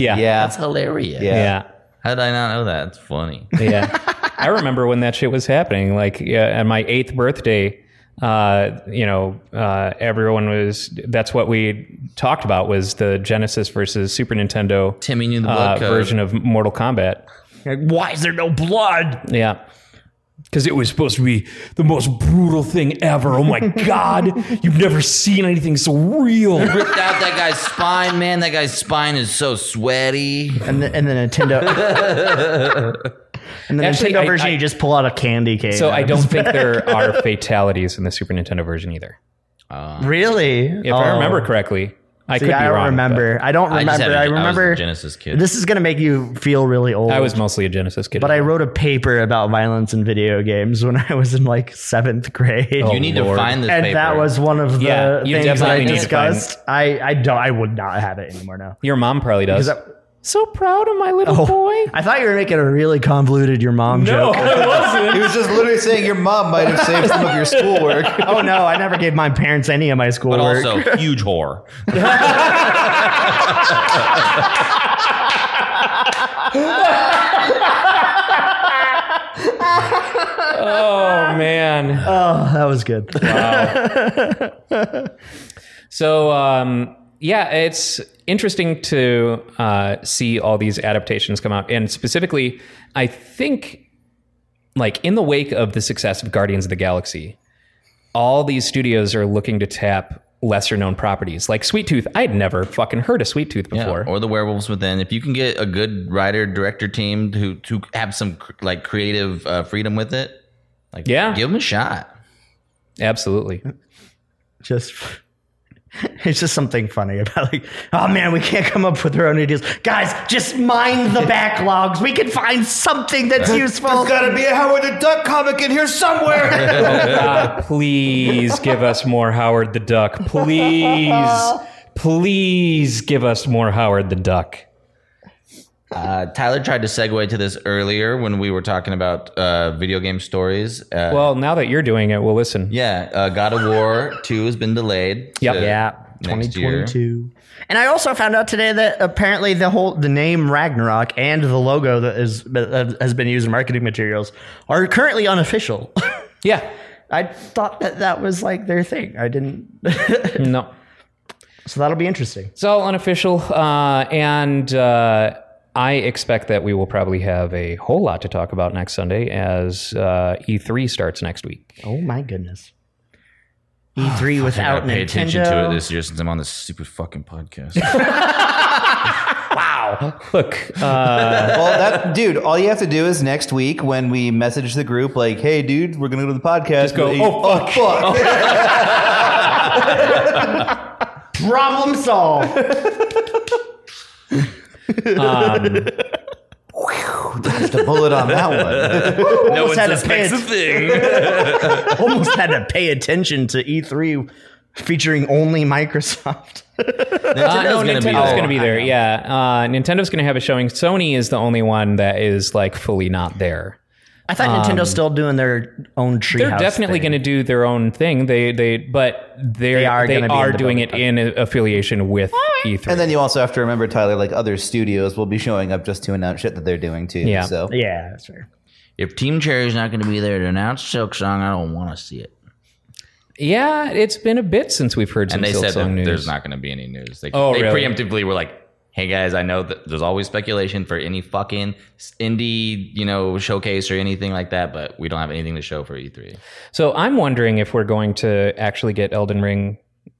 A: [laughs] Yeah.
D: yeah.
E: That's hilarious.
D: Yeah.
A: Yeah.
E: How did I not know that? It's funny. [laughs]
A: Yeah. I remember when that shit was happening. Like, yeah, on my eighth birthday, uh, you know, uh, everyone was. That's what we talked about was the Genesis versus Super Nintendo
E: Timmy knew the blood
A: uh,
E: code.
A: version of Mortal Kombat.
B: Like, why is there no blood?
A: Yeah.
H: because it was supposed to be the most brutal thing ever. Oh
A: [laughs]
H: my God, you've never seen anything so real.
E: Ripped out that guy's spine, man. That guy's spine is so sweaty.
B: And the, and the
E: [laughs]
B: Nintendo. and the
A: Actually,
B: Nintendo
A: I-
B: version,
A: I-
B: you just pull out a candy cane.
A: So I don't think
H: [laughs]
A: there are fatalities in the Super Nintendo version either.
E: Um,
B: really. Oh.
A: If I remember correctly, I could
B: I
A: be
B: don't
A: wrong.
B: remember. I don't
E: I just
B: remember.
E: had a-
B: I
E: I was a
B: remember.
E: Genesis kid.
B: This is gonna make you feel really old.
A: but I was mostly a Genesis kid.
B: But I wrote a paper about violence in video games when I was in like seventh grade.
E: you need to find this
B: and
E: paper.
B: that was one of the
A: Oh. Yeah, you
B: things that
A: definitely
B: I
A: need to
B: discussed. I, I don't I would not have it anymore now.
A: Your mom probably does. Oh.
B: Because
A: so proud of my little boy.
B: I thought you were making a really convoluted your mom joke.
D: he was just literally saying your mom might have saved some of your schoolwork.
B: oh no, I never gave my parents any of my
E: but
B: schoolwork.
E: also
B: [laughs]
E: huge whore.
A: [laughs] Oh man.
B: oh, that was good.
A: So um, yeah, it's interesting to uh, see all these adaptations come out, and specifically, I think like in the wake of the success of Guardians of the Galaxy, all these studios are looking to tap lesser known properties like Sweet Tooth. I'd never fucking heard of Sweet Tooth
E: Yeah,
A: before.
E: or the werewolves within. If you can get a good writer director team to to have some cr- like creative uh, freedom with it, like
A: Yeah.
E: give them a shot.
A: Absolutely.
B: just it's just something funny about like oh man we can't come up with our own ideas guys just
A: [laughs]
B: mind the backlogs we can find something that's useful
D: Gotta be [laughs] a Howard the Duck comic in here somewhere.
A: God, Uh, please give us more Howard the Duck. Please, please give us more Howard the Duck.
E: Uh, Tyler tried to segue to this earlier when we were talking about uh, video game stories. Uh,
A: Well, now that you're doing it, we'll listen.
E: yeah, uh, God of [laughs] War Two has been delayed.
A: Yep.
E: to
B: yeah
E: next year.
B: 2022 and i also found out today that apparently the whole the name ragnarok and the logo that is that has been used in marketing materials are currently unofficial [laughs]
A: Yeah.
B: i thought that that was like their thing i didn't
A: No.
B: [laughs] So that'll be interesting.
A: It's all unofficial, uh, and uh, I expect that we will probably have a whole lot to talk about next Sunday as uh, E3 starts next week.
B: Oh my goodness.
E: [sighs]
B: E3
E: I
B: without
E: gotta pay
B: Nintendo.
E: attention to it this year since I'm on this stupid fucking podcast.
A: Look,
E: [laughs]
A: uh,
D: well, that dude, all you have to do is next week when we message the group, like, "Hey, dude, we're gonna go to the podcast." Just
A: go, "Oh,
D: fuck!" [laughs] fuck.
B: Problem
E: [laughs]
B: solved.
A: uh,
D: Just a bullet on [laughs] that one.
E: no
B: one had to pay
E: suspects a
B: [laughs]
E: thing.
B: Almost had to pay attention to E3 featuring only Microsoft. [laughs]
A: Uh, no,
E: gonna
A: Nintendo's
E: be there.
A: going to be there. Yeah, uh, Nintendo's going to have a showing. Sony is the only one that is like fully not there.
B: I thought
E: Um,
B: Nintendo's still doing their own treehouse.
A: They're definitely going to do their own thing. They they but they're, they
B: are
A: are,
B: gonna be in the
A: doing
B: building.
A: it in a- affiliation with E E3.
D: and then you also have to remember, Tyler, like other studios will be showing up just to announce shit that they're doing too.
A: Yeah.
D: So
B: thing. Yeah, that's fair.
E: If Team Cherry's not going to be there to announce Silk Song, I don't want to see it.
A: yeah, it's been a bit since we've heard some
E: And they said
A: Silksong
E: that
A: news.
E: there's not going to be any news. They,
A: Oh,
E: they
A: really?
E: preemptively were like, "Hey guys, I know that there's always speculation for any fucking indie, you know, showcase or anything like that, but we don't have anything to show for E E3."
A: So I'm wondering if we're going to actually get Elden Ring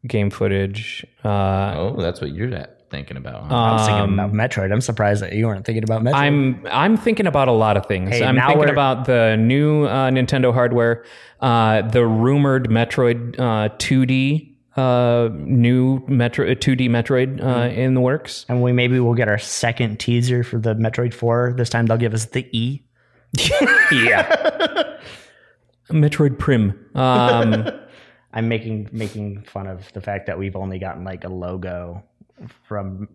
A: game footage. Uh,
E: Oh, that's what you're at, thinking about. huh?
B: I was thinking about Metroid. I'm surprised that you weren't thinking about Metroid.
A: I'm I'm thinking about a lot of things.
B: Oh. Hey,
A: I'm
B: now
A: thinking
B: we're-
A: about the new uh, Nintendo hardware, uh, the rumored Metroid uh, 2D uh, new Metro 2D Metroid uh, in the works.
B: and we maybe we'll get our second teaser for the Metroid 4. This time they'll give us the [laughs] E.
A: Metroid Prim. Um,
B: I'm making making fun of the fact that we've only gotten like a logo from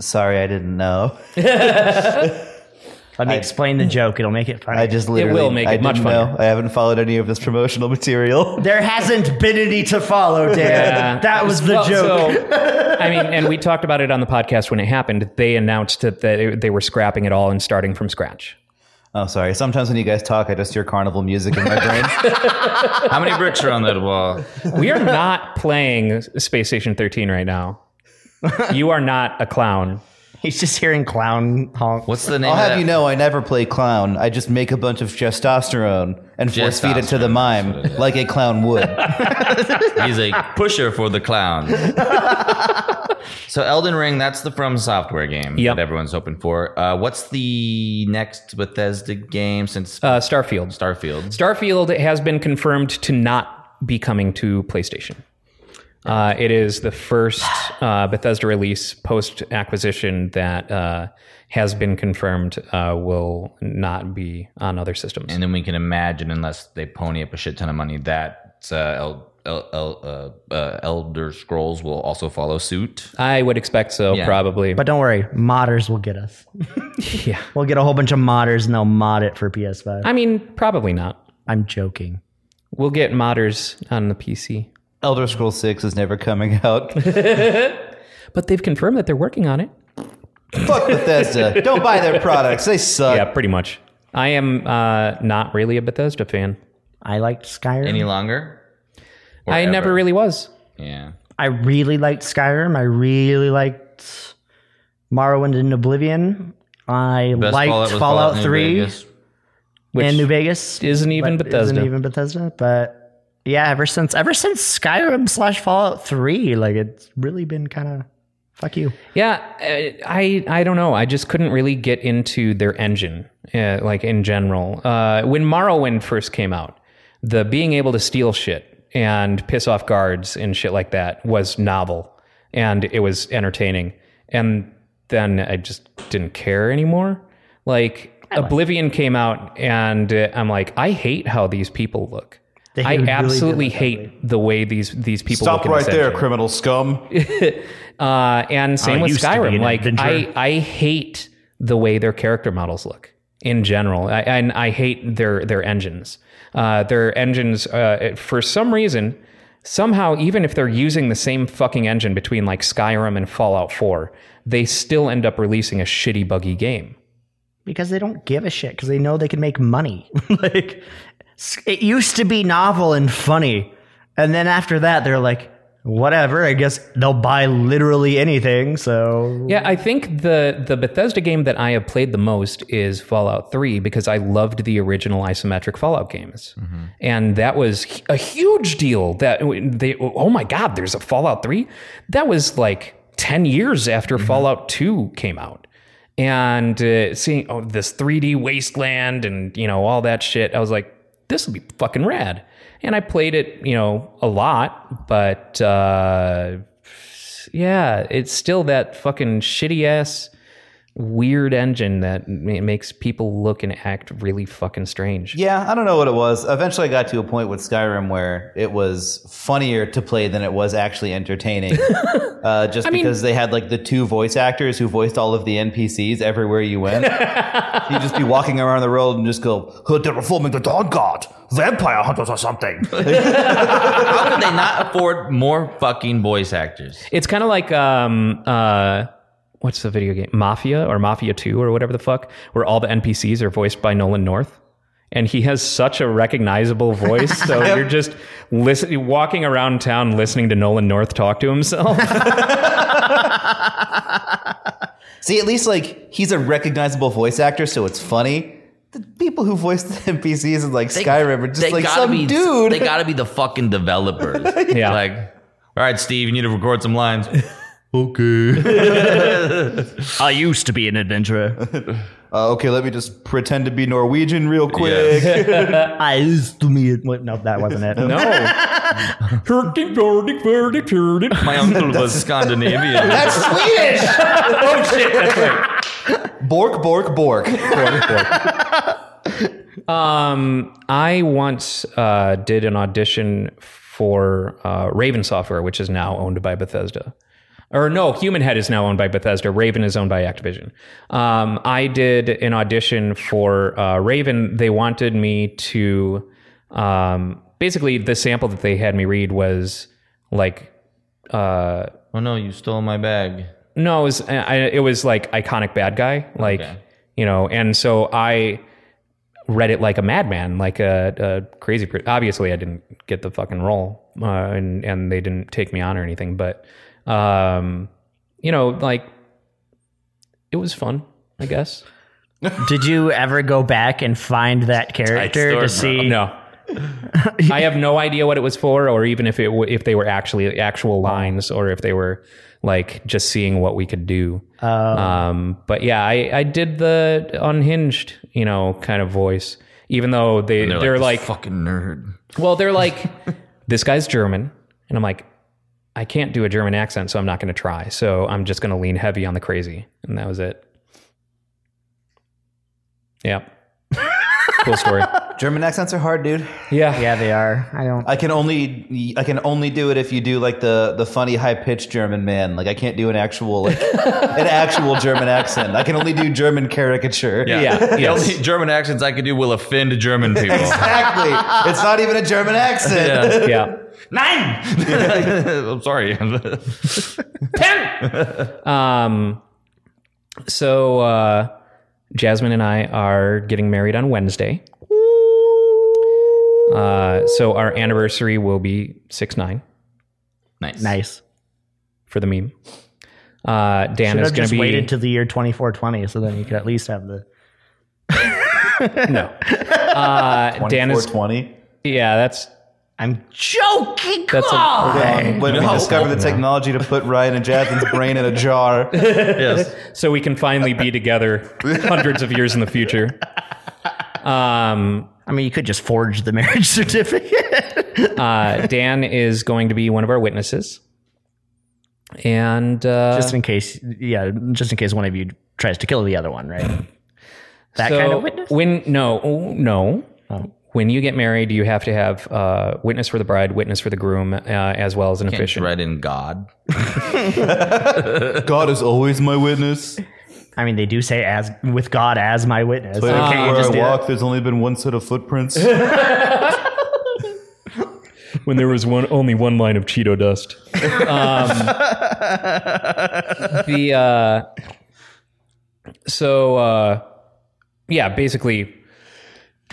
D: sorry, I didn't know.
B: Let me explain the joke. It'll make it funny.
D: I just literally
A: will make it
D: I didn't
A: much
D: know. I haven't followed any of this promotional material.
B: [laughs] there hasn't been any to follow, Dan.
A: Yeah.
B: [laughs] That was the
A: Oh, well,
B: joke.
D: [laughs]
A: so, I mean, and we talked about it on the podcast when it happened. They announced that they, they were scrapping it all and starting from scratch.
D: Oh, sorry. Sometimes when you guys talk, I just hear carnival music in my
B: [laughs]
D: brain.
E: How many bricks are on that wall?
A: We are not playing Space Station 13 right now. You are not a clown.
B: [laughs] He's just hearing clown honk.
E: What's the name?
D: I'll
E: of
D: have
E: that?
D: you know, I never play clown. I just make a bunch of testosterone and force feed it to the
E: Testosterone,
D: mime
E: that's what it is.
D: like a clown would.
E: [laughs] He's a pusher for the clown. so Elden Ring, that's the From Software game
A: Yep.
E: that everyone's hoping for. Uh, what's the next Bethesda game since
A: Uh, Starfield.
E: Starfield?
A: Starfield has been confirmed to not be coming to PlayStation. Uh, it is the first uh, Bethesda release post acquisition that uh, has been confirmed uh, will not be on other systems.
E: and then we can imagine, unless they pony up a shit ton of money, that uh, El, El, El, uh, uh, Elder Scrolls will also follow suit.
A: I would expect so,
E: Yeah.
A: probably.
B: But don't worry, modders will get [laughs] us.
A: Yeah.
B: We'll get a whole bunch of modders and they'll mod it for PS5.
A: I mean, probably not.
B: I'm joking.
A: We'll get modders on the PC.
D: Elder Scrolls 6 is never coming out. [laughs]
A: But they've confirmed that they're working on it.
D: Fuck Bethesda. Don't buy their products. They suck.
A: Yeah, pretty much. I am uh, not really a Bethesda fan.
B: I liked Skyrim.
E: Any longer? Or
A: I
E: ever?
A: never really was.
E: Yeah.
B: I really liked Skyrim. I really liked Morrowind and Oblivion. I
E: Best
B: liked
E: was
B: Fallout,
E: New
B: 3
E: Vegas.
A: Which
B: and New Vegas.
A: isn't even
B: but
A: Bethesda.
B: Isn't even Bethesda, but yeah, ever since ever since Skyrim slash Fallout Three, like it's really been kind of fuck you.
A: Yeah, uh, I I don't know. I just couldn't really get into their engine, uh, like in general. Uh, when Morrowind first came out, the being able to steal shit and piss off guards and shit like that was novel, and it was entertaining. And then I just didn't care anymore. Like Oblivion came out, and uh, I'm like, I hate how these people look. I
B: really do
A: absolutely hate the way these these people look in this engine.
D: criminal scum.
A: Uh, and same with
B: used to be
A: Skyrim.
B: an
A: Like I,
B: adventurer.
A: I hate the way their character models look in general, I, and I hate their their engines. Uh, their engines, uh, for some reason, somehow, even if they're using the same fucking engine between like Skyrim and Fallout Four, they still end up releasing a shitty buggy game.
B: because they don't give a shit because they know they can make money. [laughs] like s- it used to be novel and funny, and then after that they're like, whatever. I guess they'll buy literally anything. So
A: Yeah, I think the the Bethesda game that I have played the most is Fallout 3 because I loved the original isometric Fallout games. And that was hu- a huge deal that they oh my god, there's a Fallout 3? That was like 10 years after Fallout 2 came out. And uh, seeing oh this 3D wasteland and you know all that shit, I was like this will be fucking rad. And I played it, you know, a lot, but uh yeah, it's still that fucking shitty ass weird engine that ma- makes people look and act really fucking strange.
D: Yeah, I don't know what it was. Eventually, I got to a point with Skyrim where it was funnier to play than it was actually
E: [laughs]
D: entertaining. uh, just because they had like the two voice actors who voiced all of the NPCs everywhere you
E: [laughs]
D: went. You'd just be walking around the road and just go,
G: Heard they're reforming the Dawn Guard, vampire hunters or something.
E: How could they not afford more fucking voice actors?
A: It's kind of like um uh what's the video game Mafia or Mafia 2 or whatever the fuck where all the NPCs are voiced by Nolan North. And he has such a recognizable voice, so you're just listening, walking around town, listening to Nolan North talk to himself.
D: see, at least like he's a recognizable voice actor, so it's funny. The people who voiced the NPCs in like Skyrim are just like some
E: be,
D: dude.
E: [laughs] They gotta be the fucking developers.
A: Yeah.
E: Like, all right, Steve, you need to record some lines.
B: I used to be an adventurer.
D: uh, okay, let me just pretend to be Norwegian real quick.
B: [laughs] I used to be. Wait, no, that wasn't it.
A: no,
E: My uncle was Scandinavian.
D: That's Swedish. oh shit, that's right. Bork, bork, bork.
A: Um, I once uh, did an audition for uh, Raven Software, which is now owned by Bethesda. Or no, Human Head is now owned by Bethesda. Raven is owned by Activision. Um, I did an audition for uh, Raven. They wanted me to um, basically the sample that they had me read was like uh,
E: oh no, you stole my bag.
A: no, it was I, it was like iconic bad guy, like you know. And so I read it like a madman, like a, a crazy. Per- Obviously, I didn't get the fucking role, uh, and and they didn't take me on or anything. But um, you know, like it was fun, I guess.
B: Did you ever go back and find that character to see?
A: No. I have no idea what it was for, or even if it w- if they were actually actual lines, or if they were like just seeing what we could do. Um, but yeah, I, I did the unhinged, you know, kind of voice. Even though they they're, like,
E: fucking [laughs] nerd.
A: well, they're [laughs] like this guy's German, and I'm like, I can't do a German accent, so I'm not going to try. So I'm just going to lean heavy on the crazy, and that was it. Yeah, cool story.
D: German accents are hard, dude.
A: Yeah,
B: Yeah, they are. I don't.
D: I can only I can only do it if you do like the the funny high pitched German man. Like I can't do an actual like an actual German accent. I can only do German caricature.
A: yeah,
E: The only German accents I could do will offend German people.
D: Exactly. It's not even a German accent.
E: Yeah.
A: yeah. [laughs]
E: I'm sorry.
A: Um, so uh, Jasmine and I are getting married on Wednesday. Uh, so our anniversary will be six nine
E: nice.
B: Nice.
A: for the meme. Uh, Dan
B: Should
A: is
B: have
A: going
B: just
A: to be
B: waited to the year 2420, so then you could at least have the.
A: no. Uh, Dan is
D: twenty.
A: yeah. That's
B: I'm joking.
A: that's a,
D: [laughs] Um, when we discover the technology to put Ryan and Jasmine's brain in a
B: [laughs]
D: jar.
E: Yes.
A: so we can finally be together hundreds of years in the future. Um,
B: I mean, you could just forge the [laughs] marriage certificate.
A: uh, Dan is going to be one of our witnesses, and uh,
B: just in case, yeah, just in case one of you tries to kill the other one, right? That
A: so
B: kind of witness.
A: When no, oh, no. When you get married, you have to have uh, witness for the bride, witness for the groom, uh, as well as an officiant.
E: Dread in God.
D: God is always my witness.
B: I mean, they do say as with God as my witness.
D: But
B: Okay, you
D: where
B: just
D: I
B: do that?
D: walk, there's only been one set of footprints.
H: When there was one only one line of Cheeto dust.
A: Um,
E: [laughs]
A: the uh, so uh, yeah, basically,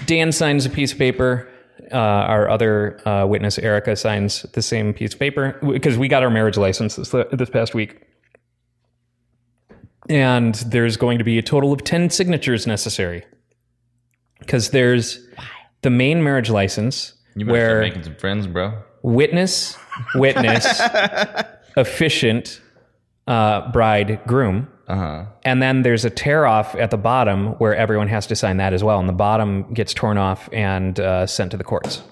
A: Dan signs a piece of paper. uh, our other uh, witness, Erica, signs the same piece of paper because we got our marriage license this, this past week. And there's going to be a total of 10 signatures necessary because there's the main marriage license
E: You better start
A: where
E: making some friends, bro.
A: witness,
E: [laughs]
A: witness, efficient, uh, bride, groom.
E: Uh-huh.
A: And then there's a tear off at the bottom where everyone has to sign that as well. And the bottom gets torn off and uh, sent to the courts.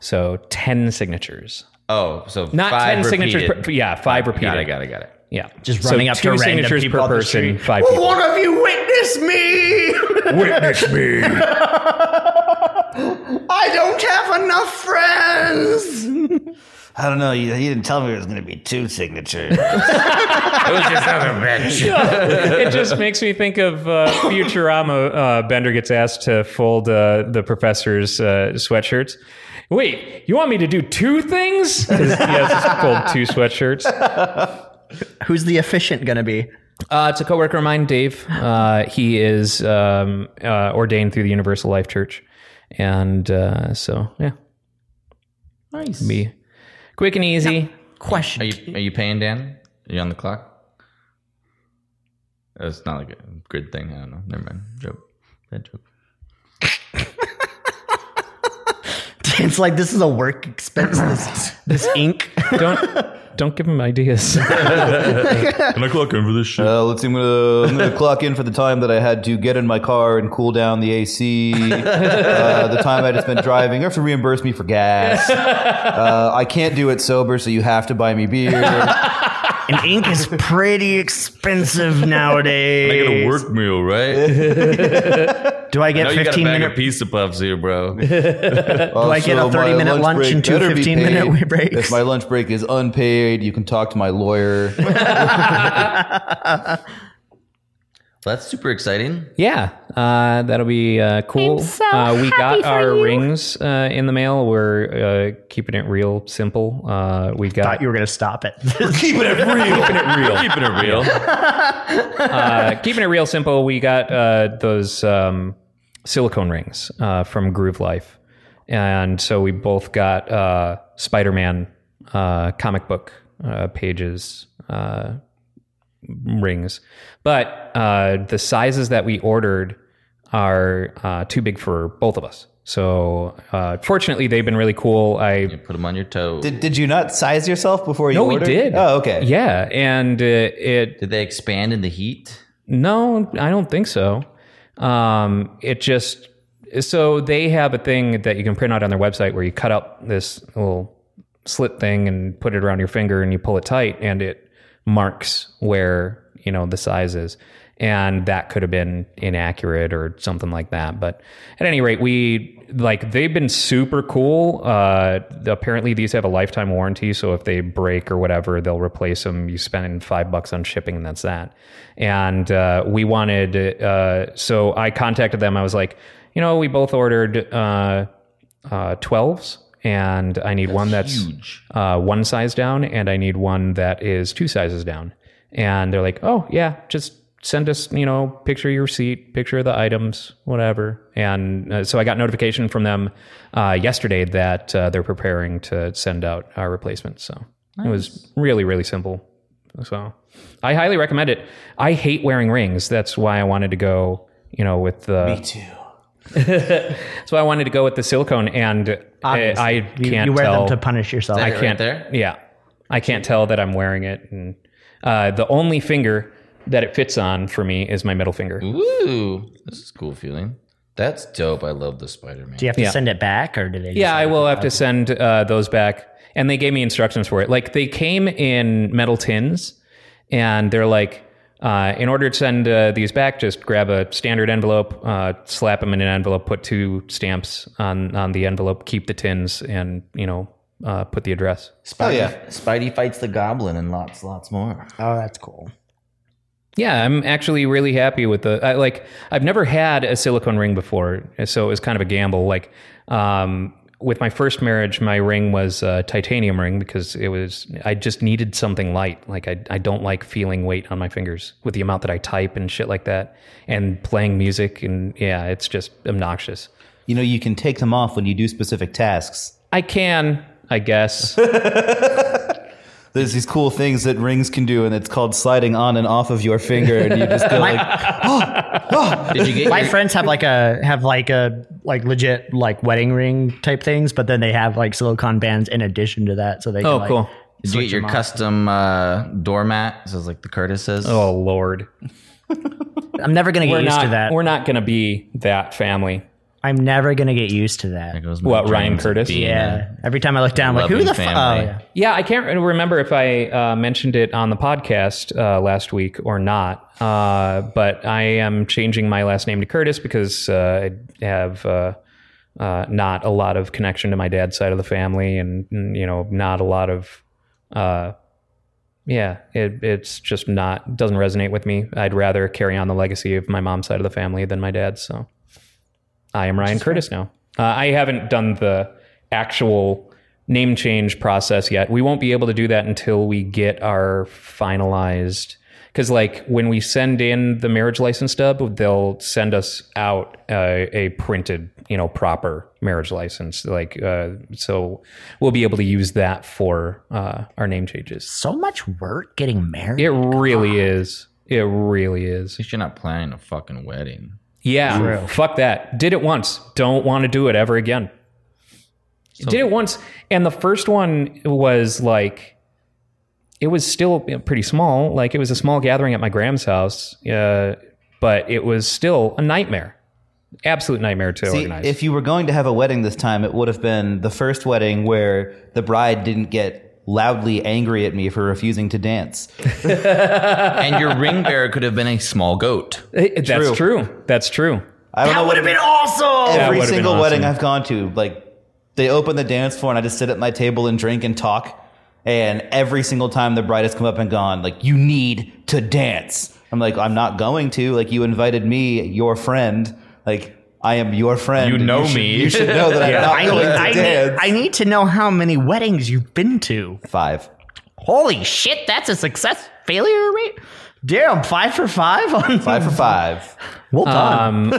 A: So 10 signatures.
E: Oh, so
A: Not
E: five
A: 10 signatures.
E: repeated.
A: Per, yeah, five repeated.
E: Got it. Got it. Got it.
A: Yeah.
B: Just
A: So
B: running up to
A: two
B: random
A: signatures
B: people
A: per
B: on the
A: person,
B: street.
A: five people.
G: One of you witness me!
H: Witness me.
G: [laughs] I don't have enough friends!
D: I don't know. You, you didn't tell me it was going to be two
B: [laughs]
D: signatures.
A: [laughs] it just makes me think of uh, Futurama. Uh, Bender gets asked to fold uh, the professor's uh, sweatshirts. Wait, you want me to do two things? 'Cause He has to fold two sweatshirts.
B: Who's the efficient going to be?
A: Uh, it's a coworker of mine, Dave. Uh, he is um, uh, ordained through the Universal Life Church, and uh, so yeah, nice. Be quick and easy.
E: Are you Are you paying Dan? Are you on the clock? That's not like a good thing. I don't know. Never mind. Joke. Bad joke.
B: [laughs] It's like this is a work expense. This this ink.
A: Don't don't give him ideas. [laughs]
C: Can I clock in for this shit?
D: Uh, let's see. I'm gonna, I'm
B: [laughs]
D: gonna clock in for the time that I had to get in my car and cool down the AC.
B: [laughs]
D: uh, the time I just spent driving. You have to reimburse me for
B: [laughs]
D: gas. Uh, I can't do it sober, so you have to buy me
B: [laughs]
D: beer.
B: And ink is pretty
C: I
B: expensive
C: get a
B: nowadays.
C: work meal, right?
B: Do I
E: No,
B: get
E: you got a
B: 15
E: bag of
B: minute?
E: pizza puffs here, bro.
D: Do
B: I get a 30 minute lunch and two 15 minute [laughs] breaks?
D: If my lunch break is unpaid, you can talk to my lawyer.
E: That's super exciting.
A: Yeah, uh, that'll be uh, cool. uh, we got our rings uh, in the mail. We're uh, keeping it real simple. Uh, we
B: Thought
A: got
B: you were going to stop it.
A: [laughs]
E: Keeping
D: [laughs]
E: it real.
A: uh, keeping it real simple. We got uh, those um, silicone rings uh, from Groove Life, and so we both got uh, Spider Man uh, comic book uh, pages uh, rings. But uh, the sizes that we ordered are uh, too big for both of us. So uh, fortunately, they've been really cool. I
E: Put them on your toe. Did,
D: did, did you not size yourself before you
A: no, we
D: ordered?
A: did.
D: Oh, okay.
A: Yeah, and uh, it
E: they expand in the heat?
A: no, I don't think so. Um, it just so they have a thing that you can print out on their website where you cut out this little slit thing and put it around your finger and you pull it tight and it marks where you know the size is and that could have been inaccurate or something like that but at any rate we like they've been super cool uh apparently these have a lifetime warranty so if they break or whatever they'll replace them you spend five bucks on shipping and that's that and uh we wanted uh so i contacted them i was like you know we both ordered uh uh 12s and i need one that's uh, one size down and i need one that is two sizes down and they're like oh yeah just send us you know picture of your receipt picture of the items whatever and uh, so i got notification from them uh, yesterday that uh, they're preparing to send out our replacement so it was really really simple so i highly recommend it i hate wearing rings that's why i wanted to go you know with the me [laughs] too so i wanted to go with the silicone and I, I can't
B: you, you wear
A: tell
B: them to punish yourself.
E: I
A: I can't.
E: there.
A: Yeah, I can't tell that I'm wearing it, and uh, the only finger that it fits on for me is my middle finger.
E: Ooh, this is a cool feeling. That's dope. I love the Spider Man.
B: do you have to
A: Yeah.
B: send it back or do they?
A: Yeah, I will have to send uh, those back, and they gave me instructions for it. Like they came in metal tins, and they're like. Uh, in order to send uh, these back, just grab a standard envelope, uh, slap them in an envelope, put two stamps on, on the envelope, keep the tins, and you know, uh, put the address.
D: Oh, yeah.
E: Spidey fights the goblin and lots, lots more.
B: Oh, that's cool.
A: Yeah, I'm actually really happy with the I, like. I've never had a silicone ring before, so it was kind of a gamble. Like um, with my first marriage, my ring was a titanium ring because it was I just needed something light. Like I I don't like feeling weight on my fingers with the amount that I type and shit like that, and playing music and yeah, it's just obnoxious.
D: you know, you can take them off when you do specific tasks.
A: I can, I
B: [laughs]
A: guess.
D: There's these cool things that rings can do, and it's called sliding on and off of your finger, and you just go like,
E: Did
B: [laughs]
E: you get
B: My
E: your,
B: friends have like a have like a like legit like wedding ring type things, but then they have like silicone bands in addition to that, so they can,
A: Oh,
B: like,
A: cool.
E: did you get your custom uh, doormat? So it's like the Curtises.
A: Oh Lord,
B: I'm never gonna get
A: we're
B: used
A: not
B: to that.
A: we're not going to be that family.
B: I'm never gonna get used to that.
E: Goes my
A: What Ryan
E: dreams of
A: Curtis?
E: being a-
B: Yeah. Every time I look down, I'm like who
E: Loving
B: the Oh, fuck?
E: family.
A: oh, Yeah, I can't re- remember if I uh, mentioned it on the podcast uh, last week or not. Uh, but I am changing my last name to Curtis because uh, I have uh, uh, not a lot of connection to my dad's side of the family, and mm, you know, not a lot of. Uh, yeah, it, it's just not doesn't resonate with me. I'd rather carry on the legacy of my mom's side of the family than my dad's. So. I am Ryan Curtis now. Uh, I haven't done the actual name change process yet. We won't be able to do that until we get our finalized. Because, like, when we send in the marriage license stub, they'll send us out uh, a printed, you know, proper marriage license. Like, uh, so we'll be able to use that for uh, our name changes.
B: So much work getting married.
A: It really is. It really is.
E: At least you're not planning a fucking wedding.
A: Yeah, fuck that. Did it once. Don't want to do it ever again. Did it once, and the first one was like, it was still pretty small. Like it was a small gathering at my grand's house, uh, but it was still a nightmare, absolute nightmare to
D: See,
A: organize.
D: if you were going to have a wedding this time, it would have been the first wedding where the bride didn't get loudly angry at me for refusing to dance.
E: and your ring bearer could have been a
B: [laughs]
E: small goat.
A: Eh, That's true. That's true.
D: I don't know what
B: been awesome.
D: every
A: would've been
D: single wedding
A: awesome.
D: I've gone to, like they open the dance floor and I just sit at my table and drink and talk. And every single time the bride has come up and gone, like, you need to dance. I'm like, I'm not going to. Like, you invited me, your friend. Like, I am your friend.
E: You
D: and
E: know
D: should-
E: me.
D: You should know
E: [laughs]
D: that I'm not
B: I
D: [laughs] going
B: need,
D: to
B: I, need,
D: dance.
B: I need to know how many weddings you've been to.
D: Five.
B: Holy shit, that's a success failure rate. Damn, five for five on
D: Five for five.
B: Well done.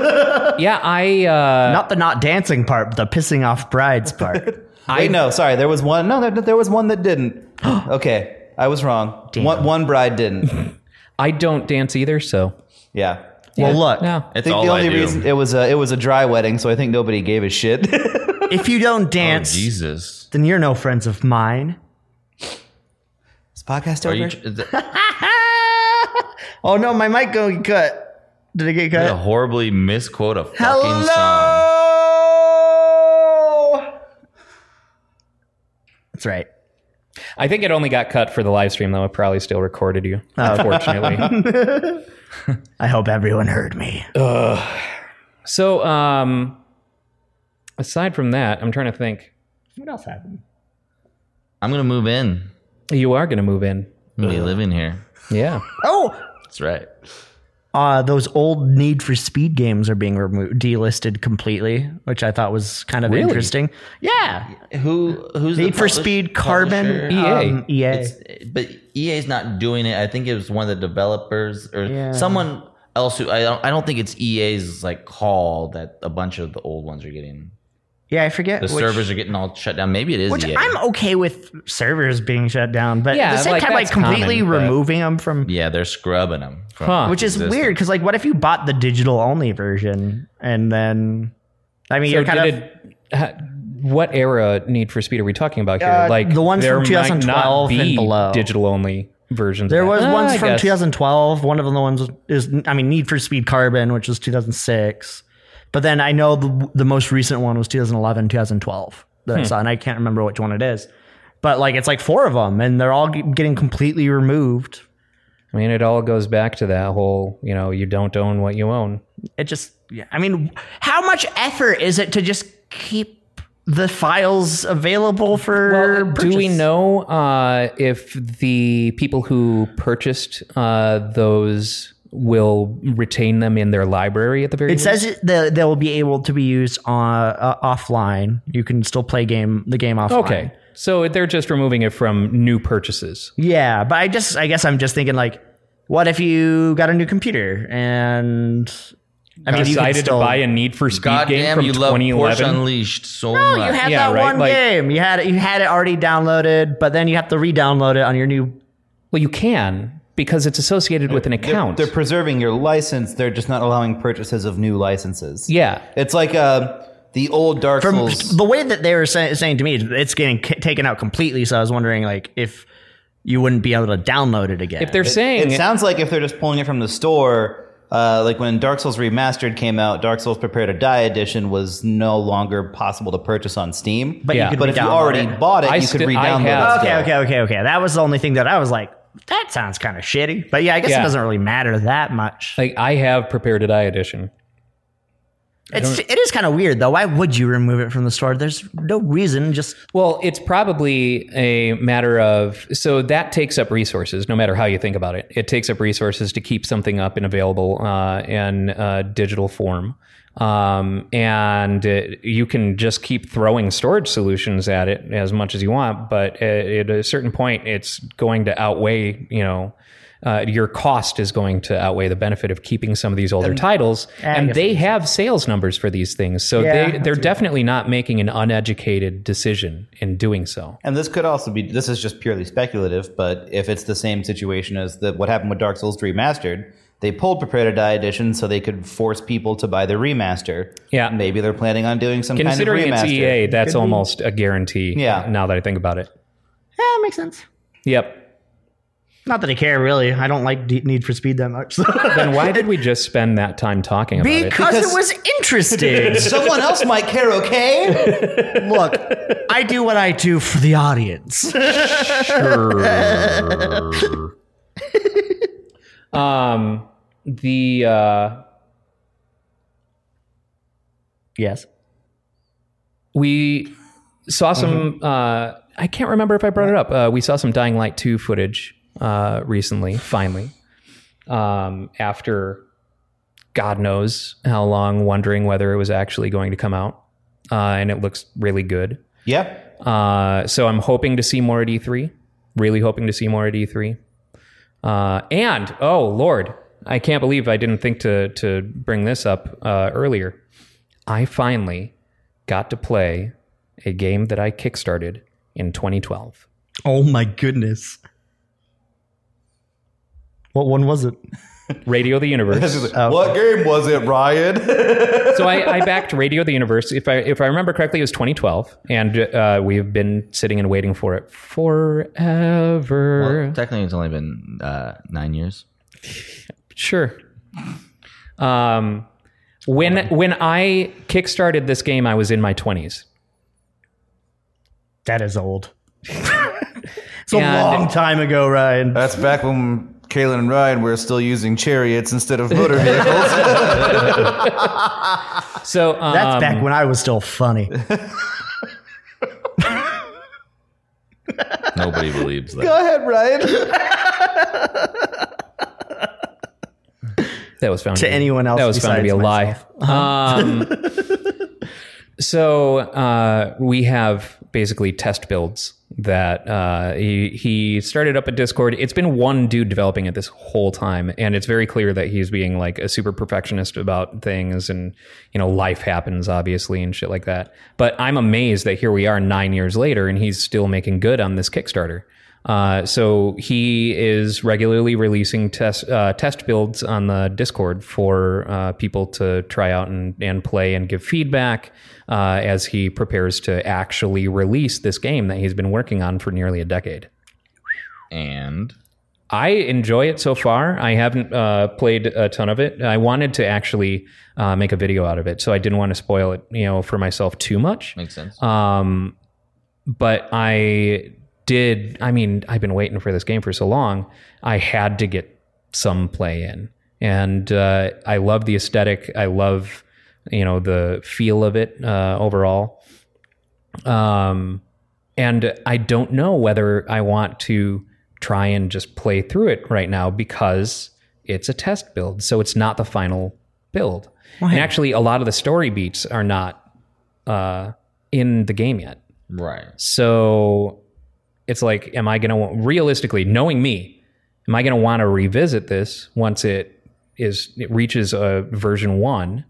A: Yeah, I. Uh,
B: Not the not dancing part, but the pissing off brides part.
D: Wait, no, sorry. There was one. No, there, there was one that didn't. okay. I was wrong. One, one bride didn't.
A: I don't dance either, so
D: Yeah.
B: well, look,
A: no.
D: I
E: It's
D: think
E: all
D: the only
E: I do.
D: reason it was a, it was a dry wedding, so I think nobody gave a shit. [laughs]
B: if you don't
E: Oh,
B: dance,
E: Jesus.
B: then you're no friends of mine.
D: Is podcast
E: Are you,
D: over?
E: is that
B: Ah! Oh no, my mic going cut. Did it get [laughs]
E: a
B: cut?
E: horribly misquote a fucking song.
B: Hello. That's right.
A: I think it only got cut for the live stream, though. It probably still recorded you, unfortunately.
B: I hope everyone heard me.
A: so, um, aside from that, I'm trying to think.
B: What else happened?
E: I'm gonna move in.
A: You are going to move in.
E: I'm gonna be living here.
A: Yeah.
B: Oh,
E: That's right.
B: uh, those old Need for Speed games are being removed, delisted completely, which I thought was kind of interesting. Yeah,
E: Who who's the
B: Need for
E: publish-
B: Speed Carbon
E: publisher?
A: EA.
B: um, EA.
E: It's- but EA's not doing it. I think it was one of the developers or
B: Yeah.
E: someone else who I don't I don't think it's EA's like call that a bunch of the old ones are getting.
B: yeah, I forget
E: The
B: which-
E: servers are getting all shut down. Maybe it is E
B: Which
E: EA.
B: I'm okay with servers being shut down, but
A: Yeah,
B: at the same
A: like,
B: time, like
A: that's
B: completely
A: common, but-
B: removing them from,
E: yeah, they're scrubbing them. from
A: Huh.
B: which is
E: existence.
B: weird because like, what if you bought the digital only version and then, I mean,
A: So
B: you're kind
A: did
B: of
A: it, ha- what era Need for Speed are we talking about here?
B: Uh,
A: like
B: the ones
A: there
B: from
A: might
B: 2012
A: not
B: and
A: be
B: below.
A: digital only versions.
B: there
A: of
B: was
A: that.
B: ones
A: Ah, I
B: from
A: guess.
B: 2012. One of the ones is, I mean, Need for Speed Carbon, which was 2006, but then I know the the most recent one was 2011, 2012 that
A: Hmm.
B: I saw, and I can't remember which one it is, but like it's like four of them, and they're all g- getting completely removed.
A: I mean, it all goes back to that whole you know you don't own what you own.
B: It just, yeah. I mean, how much effort is it to just keep the files available for?
A: do we
B: Uh, purchase?
A: know uh, if the people who purchased uh, those will retain them in their library at the very
B: It
A: least?
B: says it, they, they will be able to be used on uh, offline. You can still play game the game offline.
A: okay. So they're just removing it from new purchases.
B: Yeah, but I just, I guess I'm just thinking like, what if you got a new computer and
A: I mean,
B: you can
A: decided to
B: still-
A: buy a Need for Speed game
E: Goddamn,
A: from
E: you love Porsche
A: 2011.
E: Unleashed so
B: No,
E: much.
B: you had
A: Yeah,
B: that
A: right,
B: one
A: like-
B: game. You had it. You had it already downloaded, but then you have to re-download it on your new.
A: Well, you can because it's associated with an account.
D: They're preserving your license. They're just not allowing purchases of new licenses.
A: yeah.
D: It's like uh, the old Dark
B: From
D: Souls.
B: Um, the way that they were say, saying to me, it's getting c- taken out completely. So I was wondering, like, if you wouldn't be able to download it again.
A: If they're saying
D: It sounds like if they're just pulling it from the store, uh, like when Dark Souls Remastered came out, Dark Souls Prepare to Die Edition was no longer possible to purchase on Steam.
B: But you Yeah. could
D: if you
B: re-download
D: already
B: it.
D: bought it,
A: I
D: you
A: sti- I
D: could re-download
A: have-
D: it.
B: okay,
D: still.
B: okay, okay, okay. That was the only thing that I was like, that sounds kind of shitty. But yeah, I guess
A: Yeah.
B: it doesn't really matter that much.
A: like I have prepared to die edition.
B: It's it is kind of weird though. Why would you remove it from the store? There's no reason. Just
A: Well, it's probably a matter of so that takes up resources. No matter how you think about it, it takes up resources to keep something up and available uh, in uh, digital form. Um, and uh you can just keep throwing storage solutions at it as much as you want, but at, at a certain point, it's going to outweigh you know. Uh, your cost is going to outweigh the benefit of keeping some of these older titles, and they have sales numbers for these things, so they they're definitely not making an uneducated decision in doing so.
D: And this could also be. This is just purely speculative, but if it's the same situation as the, what happened with Dark Souls Remastered, they pulled Prepare to Die Edition so they could force people to buy the remaster.
A: Yeah.
D: maybe they're planning on doing some kind of
A: Considering
D: remaster.
A: it's E EA, that's almost a guarantee.
D: Yeah.
A: Now that I think about it.
B: yeah, it makes sense.
A: Yep.
B: Not that I care really. I don't like D- Need for Speed that much.
A: Then why did we just spend that time talking about it?
B: [laughs] because it was interesting. [laughs]
D: Someone else might
A: [laughs]
D: care, okay?
B: Look, I do what I do for the audience.
A: Um, the uh,
B: [laughs] yes.
A: we saw some. Uh, I can't remember if I brought it up. Uh, we saw some Dying Light two footage uh, recently. Finally, um, after God knows how long, wondering whether it was actually going to come out, uh, and it looks really good.
D: yeah.
A: Uh, so I'm hoping to see more at E3. Really hoping to see more at E3. Uh, and oh Lord, I can't believe I didn't think to to bring this up uh, earlier. I finally got to play a game that I kickstarted in 2012.
B: Oh my goodness. What one was it?
A: Radio the Universe.
D: Uh, What game was it, Ryan?
A: so I, I backed Radio the Universe. If I if I remember correctly, it was 2012, and uh, we've been sitting and waiting for it forever.
E: Well, technically, it's only been uh, nine years.
A: Sure. Um, when when I kickstarted this game, I was in my twenties.
B: That is old. [laughs] it's
A: And-
B: a long time ago, Ryan.
D: That's back when Kaylin and Ryan were still using chariots instead of motor vehicles.
A: So um,
B: That's back when I was still funny.
E: Nobody believes that.
D: Go ahead, Ryan.
A: that was found
B: to anyone else
A: That was found to be a
B: besides Uh-huh.
A: lie. Um,
B: [laughs]
A: so uh, we have basically test builds that uh, he he started up a Discord. It's been one dude developing it this whole time, and it's very clear that he's being like a super perfectionist about things, and you know life happens obviously and shit like that. But I'm amazed that here we are nine years later, and he's still making good on this Kickstarter. Uh, so he is regularly releasing test uh, test builds on the Discord for uh, people to try out and, and play and give feedback uh, as he prepares to actually release this game that he's been working on for nearly a decade.
E: And
A: I enjoy it so far. I haven't uh, played a ton of it. I wanted to actually uh, make a video out of it, so I didn't want to spoil it, you know, for myself too much.
E: makes sense.
A: Um, but I did. I mean, I've been waiting for this game for so long. I had to get some play in, and uh, I love the aesthetic. I love, you know, the feel of it uh, overall. Um, and I don't know whether I want to try and just play through it right now because it's a test build, so it's not the final build. And actually, a lot of the story beats are not uh, in the game yet.
E: right.
A: So it's like, am I going to realistically, knowing me, am I going to want to revisit this once it is it reaches a version one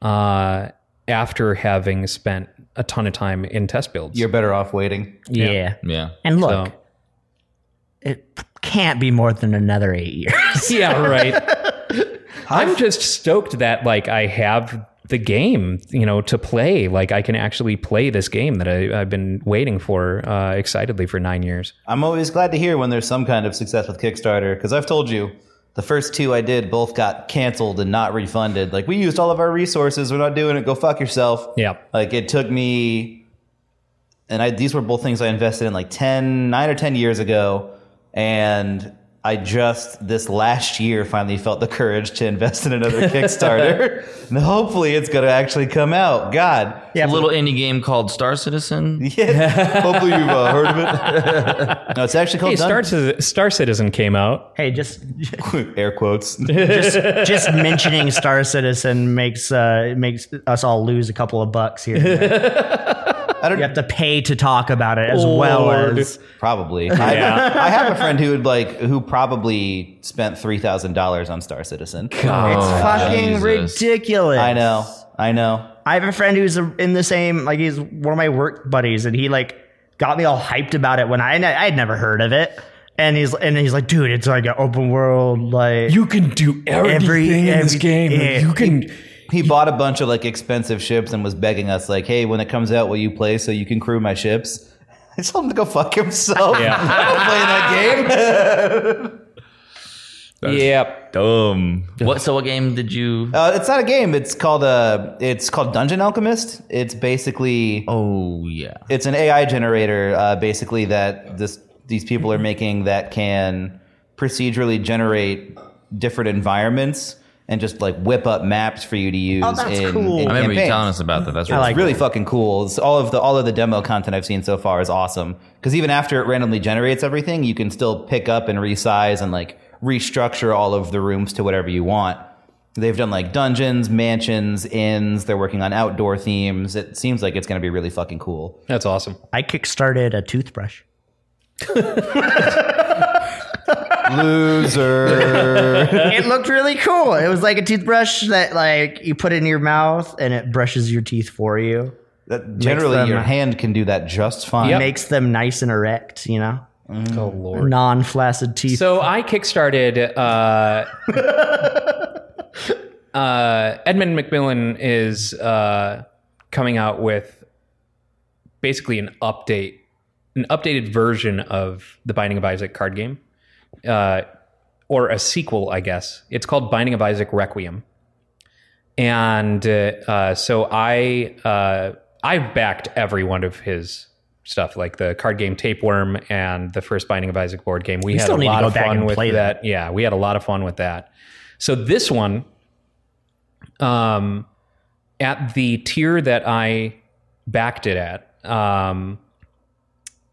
A: uh, after having spent a ton of time in test builds.
D: You're better off waiting.
B: Yeah.
E: Yeah.
B: And
A: So-
B: look, it can't be more than another eight
A: [laughs]
B: years.
A: yeah, right.
H: [laughs]
A: I'm just stoked that like I have the game, you know, to play. Like I can actually play this game that I, I've been waiting for uh, excitedly for nine years.
D: I'm always glad to hear when there's some kind of success with Kickstarter because I've told you the first two I did both got canceled and not refunded. Like we used all of our resources. We're not doing it. Go fuck yourself.
A: Yeah.
D: Like it took me, and I these were both things I invested in like 10, 9 or ten years ago, and I just this last year finally felt the courage to invest in another Kickstarter, and hopefully it's going to actually come out. God,
E: A little indie game called Star Citizen.
D: yeah. hopefully you've uh, heard of it. No, it's actually called
A: Hey, Star,
D: Dun-
A: Ci- Star Citizen came out.
B: hey, just
D: air quotes.
B: just mentioning Star Citizen makes uh, makes us all lose a couple of bucks here.
D: [laughs] I don't
B: You have to pay to talk about it as well
A: Lord.
B: as
D: Probably. I, I have a friend who would like who probably spent three thousand dollars on Star Citizen.
E: Oh,
B: fucking
E: Jesus.
B: ridiculous.
D: I know. I know.
B: I have a friend who's in the same like he's one of my work buddies, and he like got me all hyped about it when I I had never heard of it, and he's and he's like, dude, it's like an open world like
H: You can do everything in this
B: every-
H: game.
B: yeah.
H: You can.
D: He bought a bunch of like expensive ships and was begging us like, "Hey, when it comes out, will you play so you can crew my ships?" [laughs] I told him to go fuck himself. [laughs]
A: Yeah.
D: I'm playing that
A: Yep.
E: Dumb. What? So what game did you?
D: game. [laughs] Uh, it's not a game. It's called uh, it's called Dungeon Alchemist. It's basically
E: Oh yeah.
D: it's an AI generator, uh, basically that this these people are making that can procedurally generate different environments and just like whip up maps for you to use.
B: Oh, that's
D: in,
B: cool.
D: in
E: I remember you
D: campaigns.
E: telling us about that. That's
B: I
E: really
B: like
D: It's really fucking cool. It's all of the all of the demo content I've seen so far is awesome because even after it randomly generates everything, you can still pick up and resize and like restructure all of the rooms to whatever you want. They've done like dungeons, mansions, inns. They're working on outdoor themes. It seems like it's going to be really fucking cool.
A: That's awesome.
B: I kickstarted a toothbrush.
D: Loser.
B: it looked really cool. It was like a toothbrush that like you put in your mouth and it brushes your teeth for you.
D: [laughs] that, generally,
B: them-
D: your hand can do that just fine.
B: It [laughs] makes them nice and erect, you know?
A: Oh lord.
B: Non flaccid teeth.
A: So I kickstarted. Uh, [laughs] uh, Edmund McMillan is uh, coming out with basically an update, an updated version of the Binding of Isaac card game, uh, or a sequel, I guess. It's called Binding of Isaac Requiem, and uh, uh, so I uh, I backed every one of his. Stuff like the card game Tapeworm and the first Binding of Isaac board game. We had
B: still
A: a
B: need to
A: lot
B: go
A: of
B: back
A: fun
B: and
A: with
B: play
A: that. Yeah, we had a lot of fun with that. So this one, um, at the tier that I backed it at, um,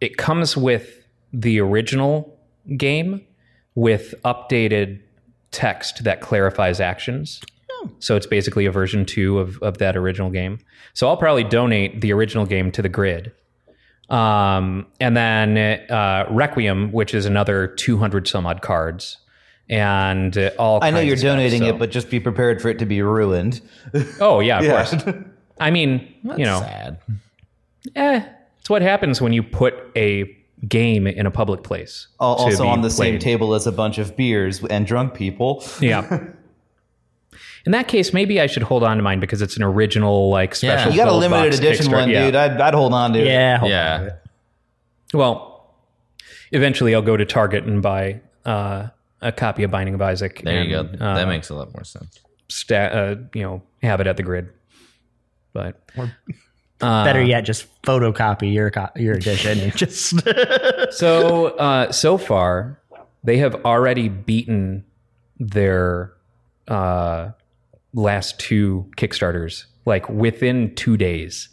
A: it comes with the original game with updated text that clarifies actions.
D: Oh.
A: So it's basically a version two of, of that original game. So I'll probably donate the original game to the grid. Um, and then uh, Requiem, which is another 200 some odd cards. And uh, all
D: I know
A: kinds of
D: you're
A: stuff,
D: donating
A: so-
D: it, but just be prepared for it to be ruined.
A: Oh yeah, of course. I
D: [laughs]
A: mean, you know,
E: sad.
A: eh, it's what happens when you put a game in a public place.
D: Al-
A: to
D: Also
A: be
D: on the same
A: played.
D: table as a bunch of beers and drunk people.
A: Yeah. [laughs] In that case, maybe I should hold on to mine because it's an original, like special.
D: You got a
A: gold
D: limited
A: box
D: edition
A: Kickstarter-
D: one,
A: yeah.
D: dude. I'd, I'd hold on to it.
B: yeah. hold on.
E: Yeah.
A: Well, eventually I'll go to Target and buy uh, a copy of Binding of Isaac.
E: There you go.
A: and, uh,
E: that makes a lot more sense.
A: sta- uh, you know, have it at the grid. But
B: Better yet, just photocopy your co- your edition [laughs] and just
A: so uh, so far, they have already beaten their uh, last two Kickstarters, like within two days.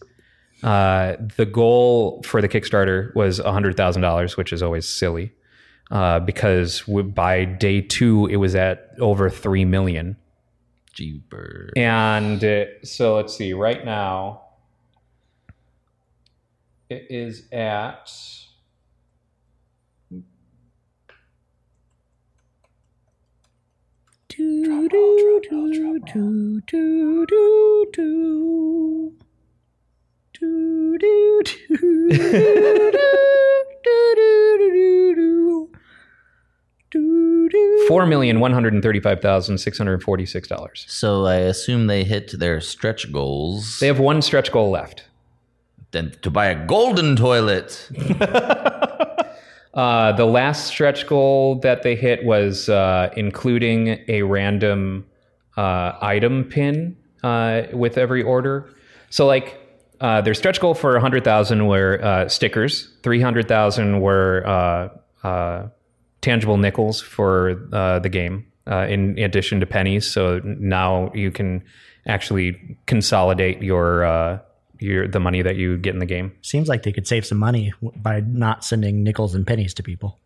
A: Uh, the goal for the Kickstarter was hundred thousand dollars, which is always silly, uh, because w- by day two it was at over three million.
E: Jeeper.
A: And uh, so let's see. Right now, it is at.
F: do, do, do, do, do. Do, do, do, do, do, do, do, do, do. Do, do.
A: Four million one hundred thirty-five thousand six hundred forty-six dollars.
E: So I assume they hit their stretch goals.
A: They have one stretch goal left.
E: Then to buy a golden toilet.
A: Uh, the last stretch goal that they hit was uh, including a random uh, item pin uh, with every order. So, like, uh, their stretch goal for 100,000 were uh, stickers, 300,000 were uh, uh, tangible nickels for uh, the game, uh, in addition to pennies. So now you can actually consolidate your. Uh, your, the money that you get in the game.
B: Seems like they could save some money w- by not sending nickels and pennies to people.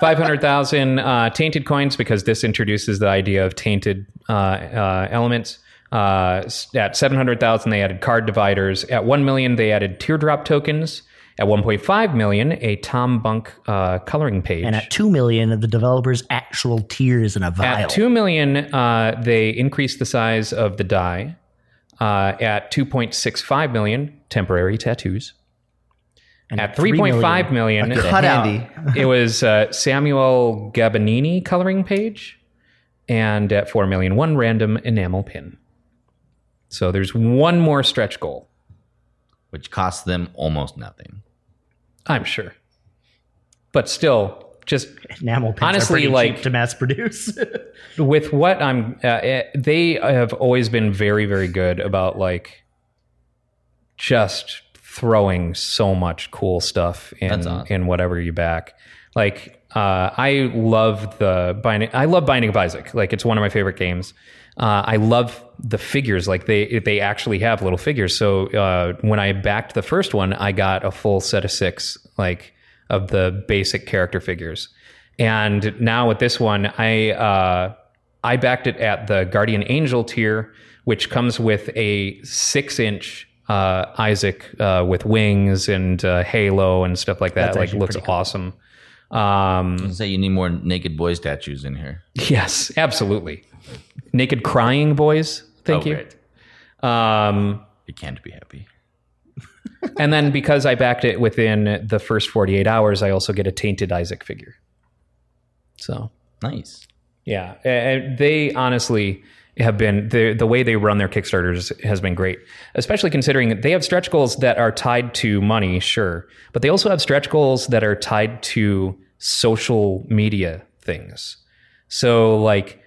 A: Five hundred thousand uh, tainted coins because this introduces the idea of tainted uh, uh, elements. Uh, s- at seven hundred thousand, they added card dividers. At one million, they added teardrop tokens. At one point five million, a Tom Bunk uh, coloring page.
B: And at two million of the developers' actual tears in a vial.
A: At two million, uh, they increased the size of the die. Uh, at two point six five million, temporary tattoos.
B: And
A: At three point five million,
D: Handy.
A: it was uh, Samuel Gabbanini coloring page, and at four million one random enamel pin. So there's one more stretch goal,
E: which costs them almost nothing.
A: I'm sure, but still, just
B: enamel pins
A: Honestly,
B: honestly, are pretty
A: like-
B: cheap to mass produce. [laughs]
A: with what I'm, uh, eh, they have always been very very good about like just throwing so much cool stuff in
E: That's awesome.
A: in whatever you back. Like uh, I love the binding. I love Binding of Isaac. Like it's one of my favorite games. Uh, I love the figures. Like they they actually have little figures. So uh, when I backed the first one, I got a full set of six like of the basic character figures. And now with this one, I uh, I backed it at the Guardian Angel tier, which comes with a six inch uh, Isaac uh, with wings and uh, halo and stuff like that. like looks awesome. Um,
E: Say you need more naked boy statues in here.
A: yes, absolutely. Naked crying boys. Thank
E: Oh,
A: you.
E: great.
A: Um,
E: You can't be happy.
A: and then because I backed it within the first 48 hours, I also get a tainted Isaac figure. So
E: Nice.
A: Yeah, uh, they honestly have been the the way they run their kickstarters has been great, especially considering that they have stretch goals that are tied to money, sure, but they also have stretch goals that are tied to social media things. So like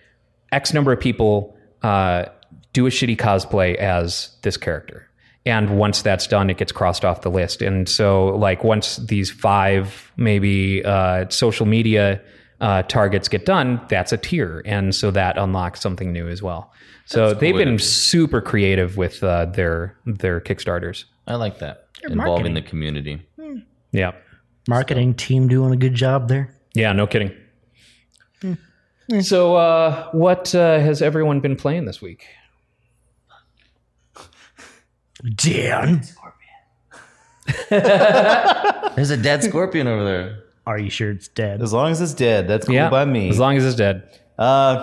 A: X number of people uh, do a shitty cosplay as this character. And once that's done, it gets crossed off the list. And so, like, once these five maybe uh, social media uh, targets get done, that's a tier. And so that unlocks something new as well. So they've been super creative with uh, their their Kickstarters.
E: I like that. Involving the community.
A: Yeah.
B: Marketing team doing a good job there.
A: Yeah, no kidding. So, uh, what uh, has everyone been playing this week?
B: Dan,
E: There's a dead scorpion over there.
B: are you sure it's dead?
D: As long as it's dead, that's cool by me.
A: As long as it's dead.
D: Uh,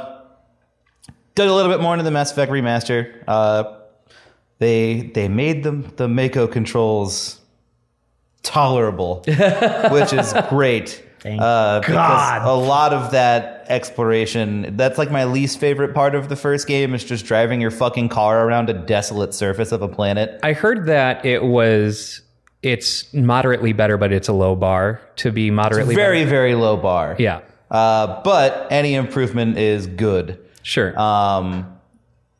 D: dug a little bit more into the Mass Effect remaster. Uh, they they made the the Mako controls tolerable, which is great.
B: Thank
D: uh, because
B: God.
D: A lot of that exploration. That's like my least favorite part of the first game. Is just driving your fucking car around a desolate surface of a planet.
A: I heard that it was it's moderately better, but it's a low bar to be moderately
D: Very very low bar.
A: better. Yeah,
D: Uh, but any improvement is good.
A: sure.
E: Uh,
D: Um,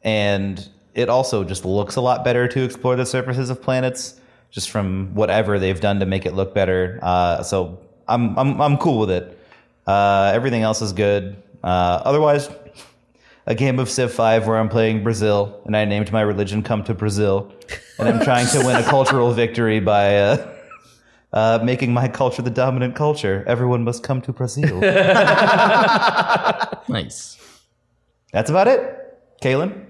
D: and it also just looks a lot better to explore the surfaces of planets, just from whatever they've done to make it look better. Uh, so I'm I'm I'm cool with it. Uh, everything else is good. Uh, otherwise, a game of Civ Five where I'm playing Brazil, and I named my religion "Come to Brazil," and I'm trying to win a cultural victory by. Uh, [laughs] uh, making my culture the dominant culture. Everyone must come to Brazil.
E: Nice.
D: That's about it. Kalen?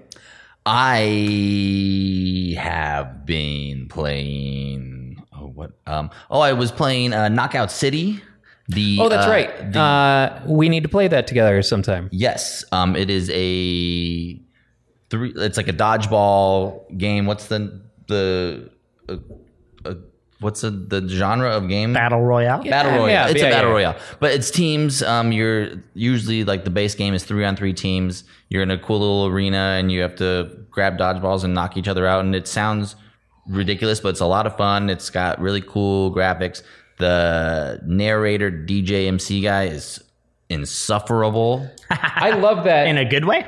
E: I have been playing. Oh what? Um, oh, I was playing uh, Knockout City. The
A: Oh, that's
E: uh,
A: right. uh, we need to play that together sometime.
E: Yes, um, it is a three. It's like a dodgeball game. What's the the uh, uh, what's the, the genre of game?
B: Battle Royale.
E: Battle
A: Yeah,
E: royale.
A: yeah,
E: it's
A: yeah,
E: a battle
A: yeah.
E: royale, but it's teams. Um, you're usually like the base game is three on three teams. You're in a cool little arena, and you have to grab dodgeballs and knock each other out. And it sounds ridiculous, but it's a lot of fun. It's got really cool graphics. The narrator DJ MC guy is insufferable.
A: I love
B: In
A: that
B: a good way.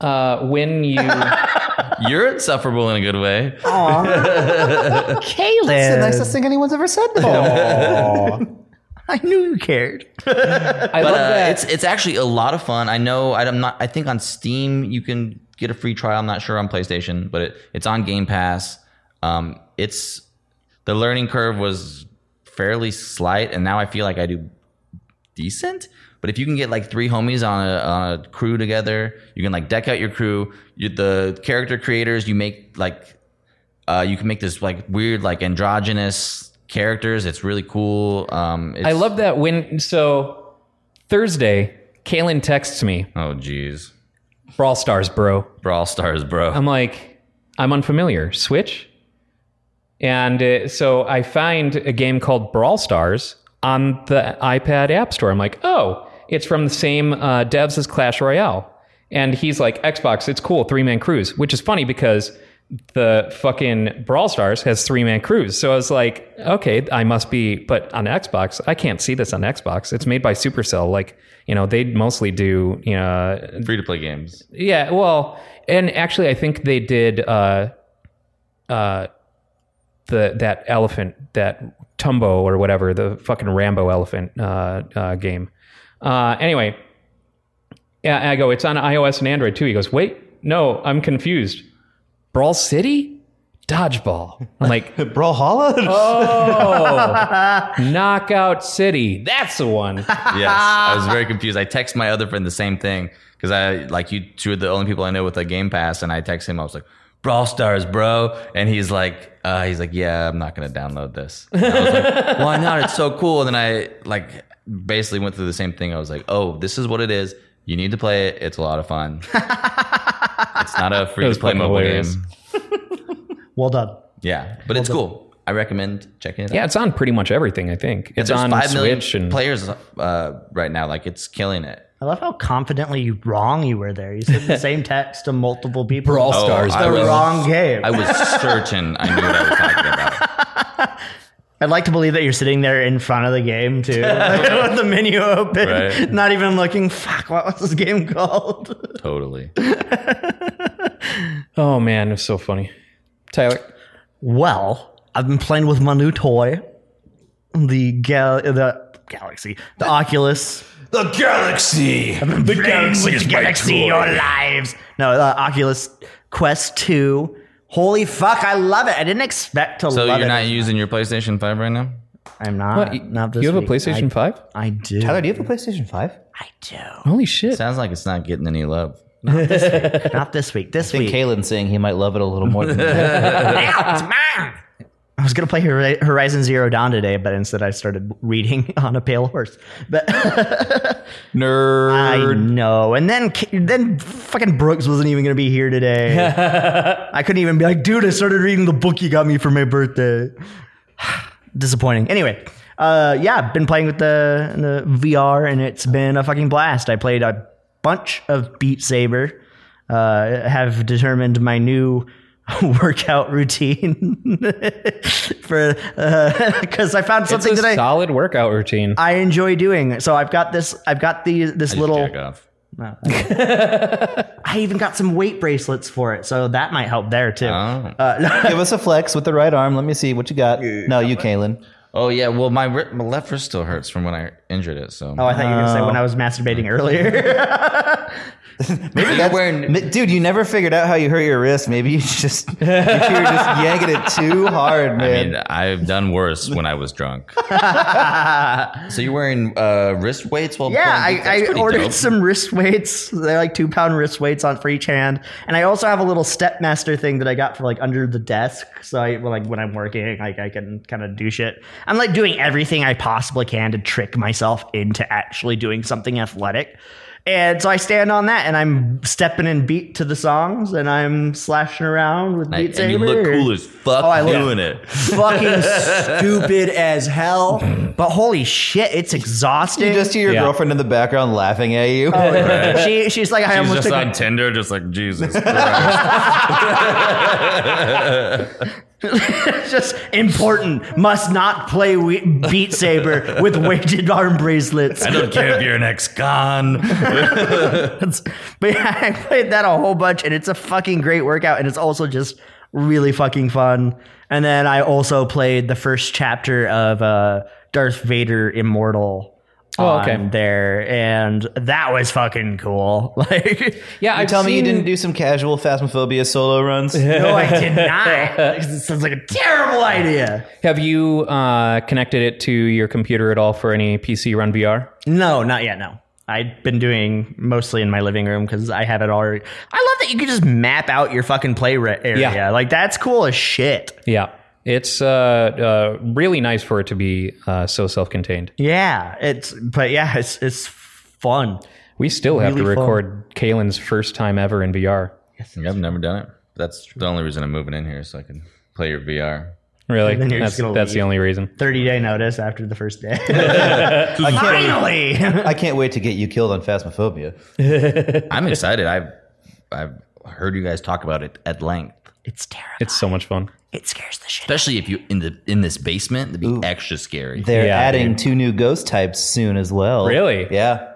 A: uh, when
E: [laughs]
A: you
E: You're insufferable in a good way.
B: Caleb.
D: That's the nicest thing anyone's ever said to me. [laughs]
B: I knew you cared.
A: I love
E: But uh,
A: that
E: it's it's actually a lot of fun. I know I'm not. I think on Steam you can get a free trial. I'm not sure on PlayStation, but it, it's on Game Pass. Um, it's the learning curve was fairly slight, and now I feel like I do decent. But if you can get like three homies on a, on a crew together, you can like deck out your crew. You, the character creators, you make like uh, you can make this like weird like androgynous characters. It's really cool. Um, it's,
A: I love that when so Thursday, Kalen texts me,
E: Oh jeez.
A: Brawl Stars, bro.
E: Brawl Stars, bro.
A: I'm like, I'm unfamiliar. Switch. And uh, so I find a game called Brawl Stars on the iPad App Store. I'm like, oh, it's from the same uh, devs as Clash Royale. And he's like, Xbox, it's cool, three man crews, which is funny because the fucking Brawl Stars has three man crews. So I was like, okay, I must be, but on Xbox, I can't see this on Xbox. It's made by Supercell. Like, you know, they mostly do, you know,
E: Free to
A: [laughs]
E: play games.
A: yeah, well, and actually, I think they did uh, uh, the that elephant, that Tumbo or whatever, the fucking Rambo elephant uh, uh, game. Uh, anyway, yeah, and I go, it's on iOS and Android too. He goes, wait, no, I'm confused. Brawl City, dodgeball. I'm
E: [laughs]
A: like, Oh,
D: Brawlhalla?
A: Knockout City. That's the
E: [laughs]
A: one.
E: yes, I was very confused. I text my other friend the same thing because I like you two are the only people I know with a Game Pass, and I text him. I was like, Brawl Stars, bro, and he's like, uh, he's like, yeah, I'm not gonna download this. And I was
A: [laughs]
E: like, why not? It's so cool. And then I like basically went through the same thing. I was like, oh, this is what it is. You need to play it. It's a lot of fun.
A: [laughs]
E: it's not a free to play
A: fucking
E: mobile
A: hilarious.
E: game.
B: Well done.
E: Yeah, but it's cool. I recommend checking it out.
A: Yeah, it's on pretty much everything. I think it's
E: There's
A: on
E: five million
A: Switch and
E: players uh, right now. Like it's killing it.
B: I love how confidently you- wrong you were there. You said the
E: [laughs]
B: same text to multiple people. Brawl
E: Oh,
F: Stars,
E: I
B: the
E: was-
B: wrong game.
E: I
B: I,
E: was certain I knew what I was talking about. [laughs]
B: would like to believe that you're sitting there in front of the game
E: [laughs]
B: too, [laughs] with the menu open,
E: Right.
B: not even looking. Fuck, what was this game called?
E: Totally.
A: oh man, it's so funny. Tyler,
B: Well, I've been playing with my new toy, the gal, the galaxy, the Oculus.
H: The galaxy. The galaxy is my
B: galaxy,
H: toy.
B: your lives. No, the Oculus Quest Two. Holy fuck, I love it. I didn't expect to
E: So
B: love
E: you're
B: it.
E: not using your PlayStation 5 right now?
B: I'm not. not this
A: you have
B: week.
A: a PlayStation Five?
B: I, I do.
D: Tyler, Oh, do you have a PlayStation 5?
B: I do.
A: Holy shit!
E: Sounds like it's not getting any love.
B: Not this week. This
D: I think
B: week.
D: Kalen's saying he might love it a little more than that.
B: I was gonna play Hori- Horizon Zero Dawn today, but instead I started reading [laughs] on a pale horse. But [laughs] I
D: Nerd.
B: know. And then K- then fucking Brooks wasn't even gonna be here today.
A: [laughs]
B: I couldn't even be like, dude, I started reading the book you got me for my birthday. [sighs] Disappointing. Anyway, uh, yeah, I've been playing with the, the VR and it's been a fucking blast. I played a bunch of Beat Saber. Uh, have determined my new [laughs] workout routine [laughs] for [laughs] because I found
A: It's
B: something
A: a
B: that I,
A: solid workout routine.
B: I enjoy doing. So I've got this. I've got the this
E: Just
B: little.
E: jack off.
B: No, I- I even got some weight bracelets for it, so that might help there too.
E: Oh.
D: Give us a flex with the right arm. Let me see what you got. No, you, Kalen.
E: oh, yeah. Well, my, wri- my left wrist still hurts from when I injured it. So Oh. [laughs]
B: oh, I thought you were gonna say when I was masturbating earlier.
D: Maybe that's, Mi- dude, you never figured out how you hurt your wrist. Maybe you just you were just yanking it too hard,
E: I
D: man.
E: mean, I've done worse when I
B: [laughs]
E: was drunk. so you're wearing uh, wrist weights while
B: Yeah,
E: playing beats? That's
B: I, I
E: pretty
B: ordered
E: dope.
B: some wrist weights. They're like two pound wrist weights on for each hand, and I also have a little stepmaster thing that I got for like under the desk. So I well, like when I'm working, like I can kind of do shit. I'm like doing everything I possibly can to trick myself into actually doing something athletic. And so I stand on that, and I'm stepping in beat to the songs, and I'm slashing around with Beat
E: And
B: Saber.
E: you look cool as fuck
B: Oh, I look-
E: doing it.
B: fucking stupid as hell. But holy shit, it's exhausting.
D: you just hear your
A: Yeah.
D: girlfriend in the background laughing at you.
B: she, she's like, I
E: She's
B: almost
E: just
B: took
E: on
B: my,
E: Tinder, just
B: [laughs]
E: like Jesus. Christ.
B: just important. Must not play we- Beat Saber with weighted arm bracelets.
E: I don't care if you're an ex-con.
B: But yeah, I played that a whole bunch, and it's a fucking great workout, and it's also just really fucking fun. And then I also played the first chapter of uh, Darth Vader Immortal.
A: Oh, okay.
B: on There and that was fucking cool. [laughs] Like,
A: Yeah, I
D: Tell me you didn't do some casual phasmophobia solo runs.
B: no, I did not. It sounds like a terrible idea.
A: Have you uh, connected it to your computer at all for any PC run VR?
B: No, not yet. No. I've been doing mostly in my living room because I have it already. I love that you can just map out your fucking play re- area.
A: Yeah.
B: Like, that's cool as shit.
A: Yeah, it's uh, uh, really nice for it to be uh, so self-contained.
B: Yeah. It's, but yeah, it's, it's fun.
A: We still have to
B: Really fun.
A: record Kalen's first time ever in VR.
E: I've never done it. That's the only reason I'm moving in here, so I can play your VR.
A: Really,
B: then you're
A: that's,
B: just gonna
A: that's the
B: leave.
A: only reason.
B: 30 day notice after the first day. [laughs]
D: I can't, wait,
B: Finally. [laughs]
D: I can't wait to get you killed on phasmophobia.
E: I'm excited. I've I've heard you guys talk about it at length.
B: it's terrible.
A: It's so much fun.
B: It scares the shit.
E: Especially if you in the in this basement, it'd be extra scary.
D: They're
A: Yeah,
D: adding two new ghost types soon as well.
A: Really?
D: Yeah.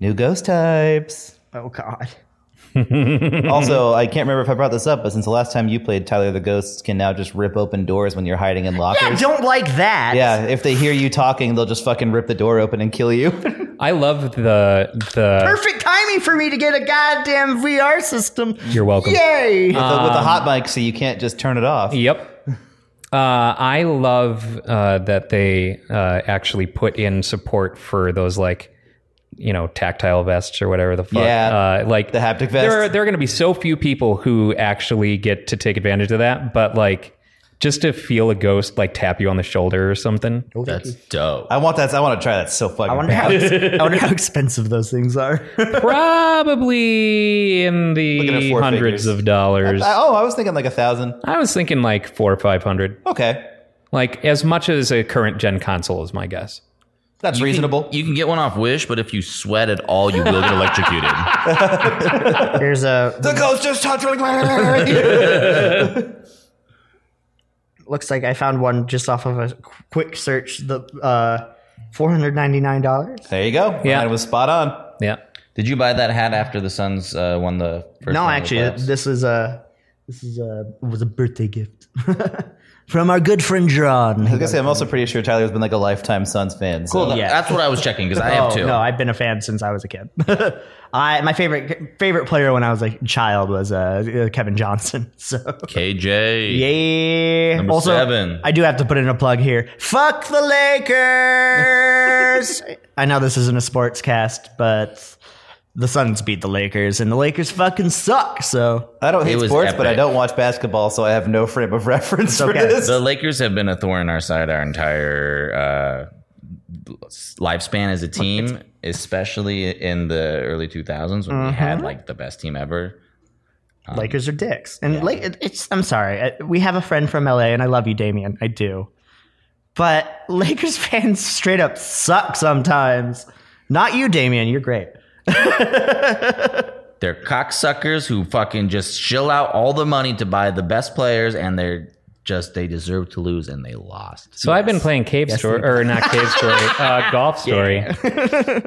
D: New ghost types.
B: Oh, God.
D: [laughs] also, I can't remember if I brought this up, but since the last time you played, Tyler the ghosts can now just rip open doors when you're hiding in lockers.
B: I don't like that.
D: Yeah, if they hear you talking, they'll just fucking rip the door open and kill you.
A: I love the the.
B: Perfect timing for me to get a goddamn VR system.
A: You're welcome.
B: Yay.
D: But with a hot mic, so you can't just turn it off.
A: Yep. Uh, I love uh, that they uh, actually put in support for those like, you know, tactile vests or whatever the fuck.
D: Yeah.
A: Uh, like
D: The haptic vest.
A: There are there are going to be so few people who actually get to take advantage of that, but like, just to feel a ghost like tap you on the shoulder or something.
E: That's dope.
D: I want that. I want to try that so
B: I
D: fucking
B: wonder,
D: bad.
B: how, I wonder [laughs] how expensive those things are. [laughs]
A: Probably in
D: Looking at
A: the
D: four
A: hundreds
D: figures.
A: of dollars.
D: I- [laughs] oh, I was thinking like a thousand.
A: I was thinking like four or five hundred,
D: Okay,
A: like as much as a current gen console is my guess.
D: that's reasonable.
E: You can get one off Wish, but if you sweat at all, you will get electrocuted.
B: [laughs] Here's a
D: the ghost just touched me.
B: looks like I found one just off of a qu- quick search. The uh, four hundred ninety nine dollars.
D: [laughs] there you go.
A: Yeah.
D: Mine was spot on.
A: Yeah.
E: Did you buy that hat after the Suns uh, won the first?
B: No,
E: round of the
B: actually,
E: playoffs?
B: this is a this is a was a birthday gift [laughs] from our good friend John.
D: I was gonna say I'm also pretty sure Tyler's been like a lifetime Suns fan. So.
E: Well,
B: yeah.
E: That's what I was checking because I have
B: Oh,
E: two.
B: No, I've been a fan since I was a kid. [laughs] I my favorite favorite player when I was a child was uh, Kevin Johnson. [laughs] So
E: KJ.
B: Yeah.
E: Number
B: also,
E: seven.
B: I do have to put in a plug here. Fuck the Lakers. I know this isn't a sports cast, but the Suns beat the Lakers, and the Lakers fucking suck. So
D: I don't
E: It
D: hate
E: was
D: sports, but I
E: epic.
D: don't watch basketball, so I have no frame of [laughs] reference for
B: okay.
D: this.
E: The Lakers have been a thorn in our side our entire uh, lifespan as a team, especially in the early 2000s when we
A: Mm-hmm.
E: had like the best team ever.
B: Lakers are dicks, and like it- it's. I'm sorry. I- We have a friend from LA, and I love you, Damien. I do, but Lakers [laughs] fans straight up suck sometimes. Not you, Damien. You're great.
E: They're cocksuckers who fucking just shill out all the money to buy the best players, and they're just they deserve to lose, and they lost.
A: So I've been playing Cave Story, or not Cave
E: [laughs]
A: Story, uh, Golf Story.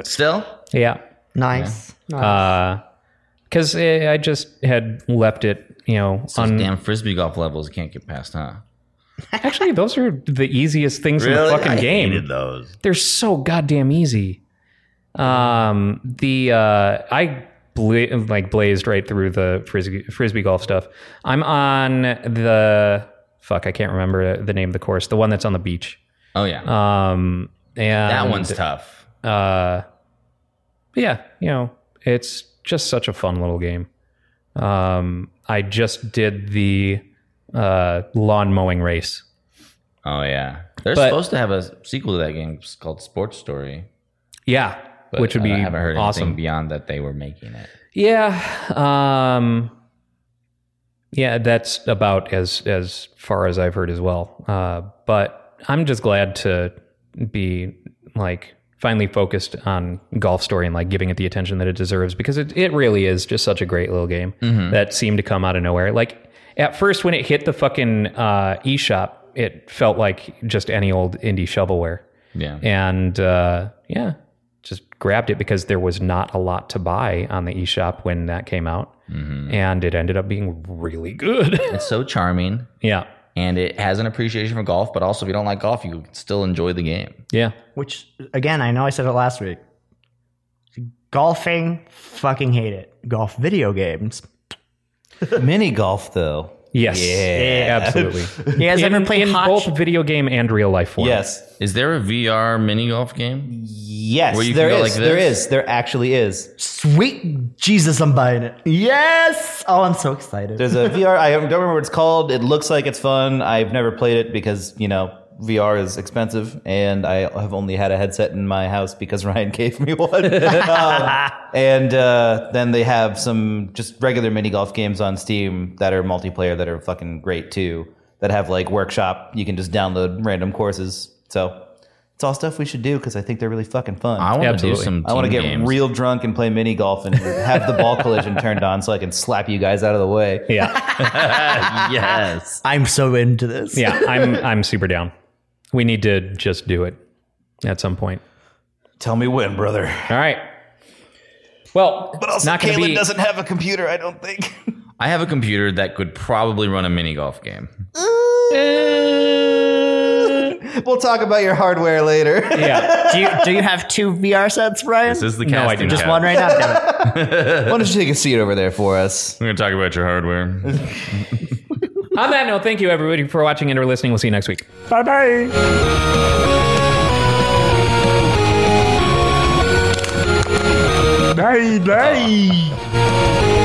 E: Still,
A: Yeah.
B: Nice.
A: Because Uh, I just had left it, you know,
E: those
A: on.
E: damn frisbee golf levels can't get past, huh?
A: Actually, those are the easiest things in the fucking
E: I
A: game.
E: hated those.
A: They're so goddamn easy. Um, the uh, I bla- like blazed right through the frisbee, frisbee golf stuff. I'm on the fuck. I can't remember the name of the course. The one that's on the beach.
E: Oh yeah,
A: Um, and
E: that one's tough.
A: uh, but yeah, you know, it's just such a fun little game. Um, I just did the uh, lawn mowing race.
E: Oh yeah, they're
A: But-
E: supposed to have a sequel to that game It's called Sports Story,
A: Yeah,
E: but
A: which would be
E: I haven't heard
A: awesome.
E: anything beyond that they were making it.
A: Yeah, um, yeah, that's about as as far as I've heard as well. Uh, but I'm just glad to be like finally focused on golf story and like giving it the attention that it deserves because it, it really is just such a great little game that seemed to come out of nowhere like at first when it hit the fucking uh, eShop it felt like just any old indie shovelware
E: Yeah,
A: and uh, yeah, just grabbed it because there was not a lot to buy on the eShop when that came out,
B: Mm-hmm.
A: and it ended up being really good. [laughs]
E: it's so charming,
A: yeah,
E: and it has an appreciation for golf. But also, if you don't like golf, you still enjoy the game.
A: yeah,
B: Which, again, I know I said it last week. Golfing, fucking hate it. Golf video games.
D: Mini golf, though.
A: yes,
B: [laughs]
A: absolutely.
B: You guys
A: in
B: ever play
A: in
B: hot?
A: both video game and real life form?
D: Yes.
E: Is there a VR mini golf game?
D: Yes.
E: Where you can
D: There
E: go
D: is.
E: like
D: there
E: this?
D: is. There actually is.
B: Sweet Jesus, I'm buying it. Yes. Oh, I'm so excited.
D: There's a VR. I don't remember what it's called. It looks like it's fun. I've never played it because you know VR is expensive, and I have only had a headset in my house because [laughs] Ryan gave me one. Um, and uh, then they have some just regular mini golf games on Steam that are multiplayer that are fucking great too. That have like workshop. You can just download random courses. So it's all stuff we should do because I think they're really fucking fun.
E: I want to do
A: Absolutely.
E: some.
D: I want to
E: team
D: get
E: games.
D: real drunk and play mini golf and have the ball collision turned on so I can slap you guys out of the way.
A: Yeah,
E: yes.
B: I'm so into this.
A: yeah. I'm I'm super down. We need to just do it at some point.
D: Tell me when, brother.
A: All right. Well, but not gonna be.
D: have a computer, I don't think. [laughs]
E: I have a computer that could probably run a mini golf game.
A: Uh,
D: we'll talk about your hardware later. [laughs]
A: yeah,
B: [laughs] Do you do you have two VR sets, Ryan?
E: This is the
A: No, I
E: casting
A: do
E: couch.
B: Just one right now. Damn it.
D: Why don't you take a seat over there for us?
E: We're gonna talk about your hardware.
A: on that note, thank you everybody for watching and or listening. We'll see you next week.
B: Bye bye. Bye bye.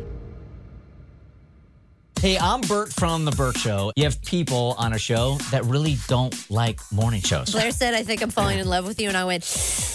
I: Hey, I'm Bert from The Burt Show. You have people on a show that really don't like morning shows.
J: Blair said, I think I'm falling in love with you. And I went,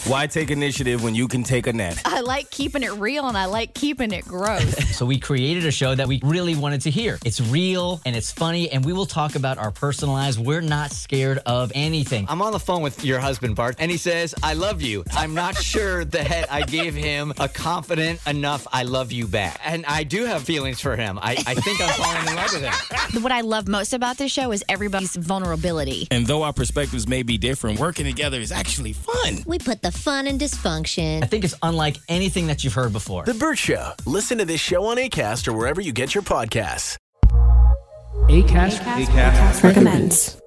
K: Why take initiative when you can take a nap?
J: I like keeping it real and I like keeping
I: [laughs]
J: it gross.
I: So we created a show that we really wanted to hear. It's real and it's funny, and we will talk about our personal lives. We're not scared of anything.
K: I'm on the phone with your husband, Bart, and he says, I love you. I'm not sure that I gave him a confident enough I love you back. And I do have feelings for him. I, I think I'm falling in love with him.
J: what I love most about this show is everybody's vulnerability.
K: And though our perspectives may be different, working together is actually fun.
J: We put the fun in
I: [laughs]
J: dysfunction.
I: I think it's unlike anything that you've heard before.
K: The Burt Show. Listen to this show on ACAST or wherever you get your podcasts.
L: ACAST, recommends.